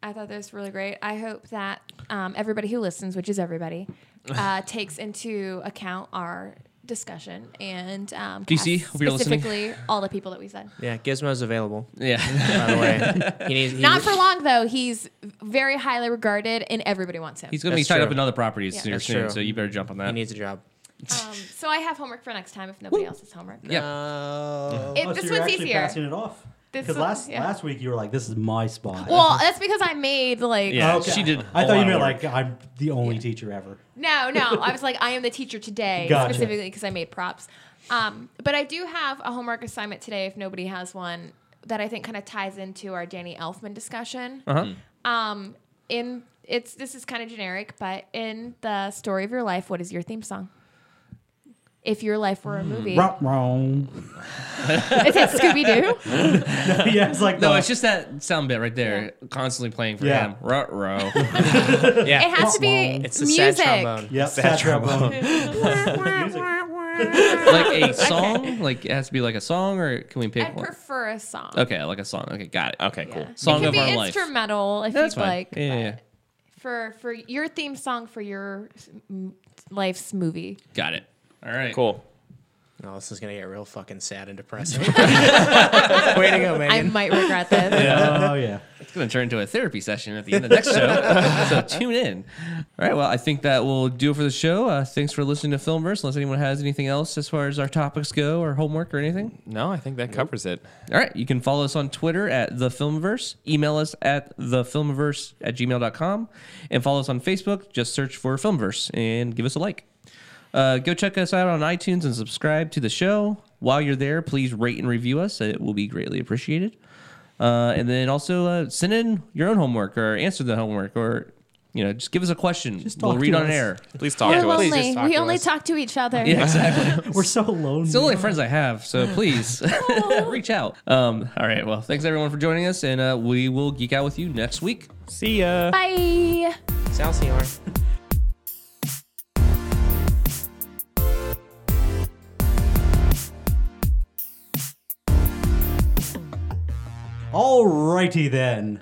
Speaker 3: I thought those were really great. I hope that um, everybody who listens, which is everybody, uh, takes into account our discussion and um,
Speaker 1: DC,
Speaker 3: casts
Speaker 1: hope you're listening.
Speaker 3: specifically all the people that we said.
Speaker 5: yeah. Gizmo's available.
Speaker 1: Yeah.
Speaker 5: By the way, he needs he-
Speaker 3: Not for long though. He's very highly regarded, and everybody wants him.
Speaker 1: He's going to be
Speaker 5: That's
Speaker 1: tied
Speaker 5: true.
Speaker 1: up in other properties soon,
Speaker 5: That's
Speaker 1: soon
Speaker 5: true.
Speaker 1: so you better jump on
Speaker 5: He
Speaker 1: that.
Speaker 5: needs a job.
Speaker 3: um, so I have homework for next time if nobody else has homework.
Speaker 1: Yeah.
Speaker 5: No.
Speaker 3: It-
Speaker 2: Oh, so
Speaker 3: this
Speaker 2: you're
Speaker 3: one's
Speaker 2: actually
Speaker 3: easier.
Speaker 2: passing it off.
Speaker 3: This
Speaker 2: Because
Speaker 3: one-
Speaker 2: last
Speaker 3: yeah.
Speaker 2: last week you were like, "This is my spot."
Speaker 3: Well, that's because I made like
Speaker 1: Yeah, she did.
Speaker 2: I
Speaker 1: a
Speaker 2: thought
Speaker 1: lot
Speaker 2: you
Speaker 1: of
Speaker 2: meant
Speaker 1: work.
Speaker 2: like I'm the only teacher ever.
Speaker 3: no, no. I was like, I am the teacher today
Speaker 2: Gotcha.
Speaker 3: specifically because I made props. Um, but I do have a homework assignment today if nobody has one that I think kind of ties into our Danny Elfman discussion.
Speaker 1: Uh-huh.
Speaker 3: Um, in it's this is kind of generic, but in the story of your life, what is your theme song? If your life were a movie,
Speaker 2: Wrong, wrong.
Speaker 3: is it Scooby Doo?
Speaker 2: yeah, it's like
Speaker 1: No,
Speaker 2: the-
Speaker 1: it's just that sound bit right there, constantly playing for
Speaker 2: Yeah.
Speaker 1: him. Ruh, row.
Speaker 5: Yeah.
Speaker 3: It has to be
Speaker 2: Wah-wah.
Speaker 5: it's the
Speaker 3: music.
Speaker 5: sad trombone.
Speaker 2: yeah, sad trombone.
Speaker 1: like a song? Like it has to be like a song, or can we pick
Speaker 3: I
Speaker 1: one?
Speaker 3: prefer a song.
Speaker 1: okay, like a song. Okay, got it.
Speaker 4: Okay, cool.
Speaker 1: Song
Speaker 3: it could
Speaker 1: of
Speaker 3: be
Speaker 1: our life.
Speaker 3: instrumental if
Speaker 1: That's
Speaker 3: you'd
Speaker 1: fine.
Speaker 3: like.
Speaker 1: yeah, yeah, yeah.
Speaker 3: For for your theme song for your s- m- life's movie.
Speaker 1: got it. All right,
Speaker 4: Cool.
Speaker 5: Oh, this is gonna get real fucking sad and depressing. Way to go,
Speaker 3: I
Speaker 5: Megan.
Speaker 3: might regret this.
Speaker 2: oh yeah.
Speaker 1: It's going to turn into a therapy session at the end of next show. so tune in. All right. Well, I think that will do it for the show. Uh, thanks for listening to Filmverse. Unless anyone has anything else as far as our topics go or homework or anything.
Speaker 4: No, I think that covers it.
Speaker 1: All right. You can follow us on Twitter at The Filmverse. Email us at TheFilmverse at gmail.com. And follow us on Facebook. Just search for Filmverse and give us a like. Uh, go check us out on iTunes and subscribe to the show. While you're there, please rate and review us. It will be greatly appreciated. Uh, and then also uh, send in your own homework or answer the homework or, you know, just give us a question. we'll
Speaker 2: talk
Speaker 1: read
Speaker 2: to
Speaker 1: on
Speaker 2: us.
Speaker 1: air.
Speaker 4: Please talk
Speaker 3: We're
Speaker 4: to us.
Speaker 5: please
Speaker 3: lonely.
Speaker 5: just talk
Speaker 3: we
Speaker 5: to
Speaker 3: only
Speaker 5: us.
Speaker 3: talk to each other.
Speaker 1: Yeah, exactly.
Speaker 2: We're so lonely.
Speaker 1: It's the only friends I have, so please reach out. Um, all right. Well, thanks everyone for joining us, and uh, we will geek out with you next week.
Speaker 4: See ya.
Speaker 3: Bye.
Speaker 5: Salsior.
Speaker 2: Alrighty then.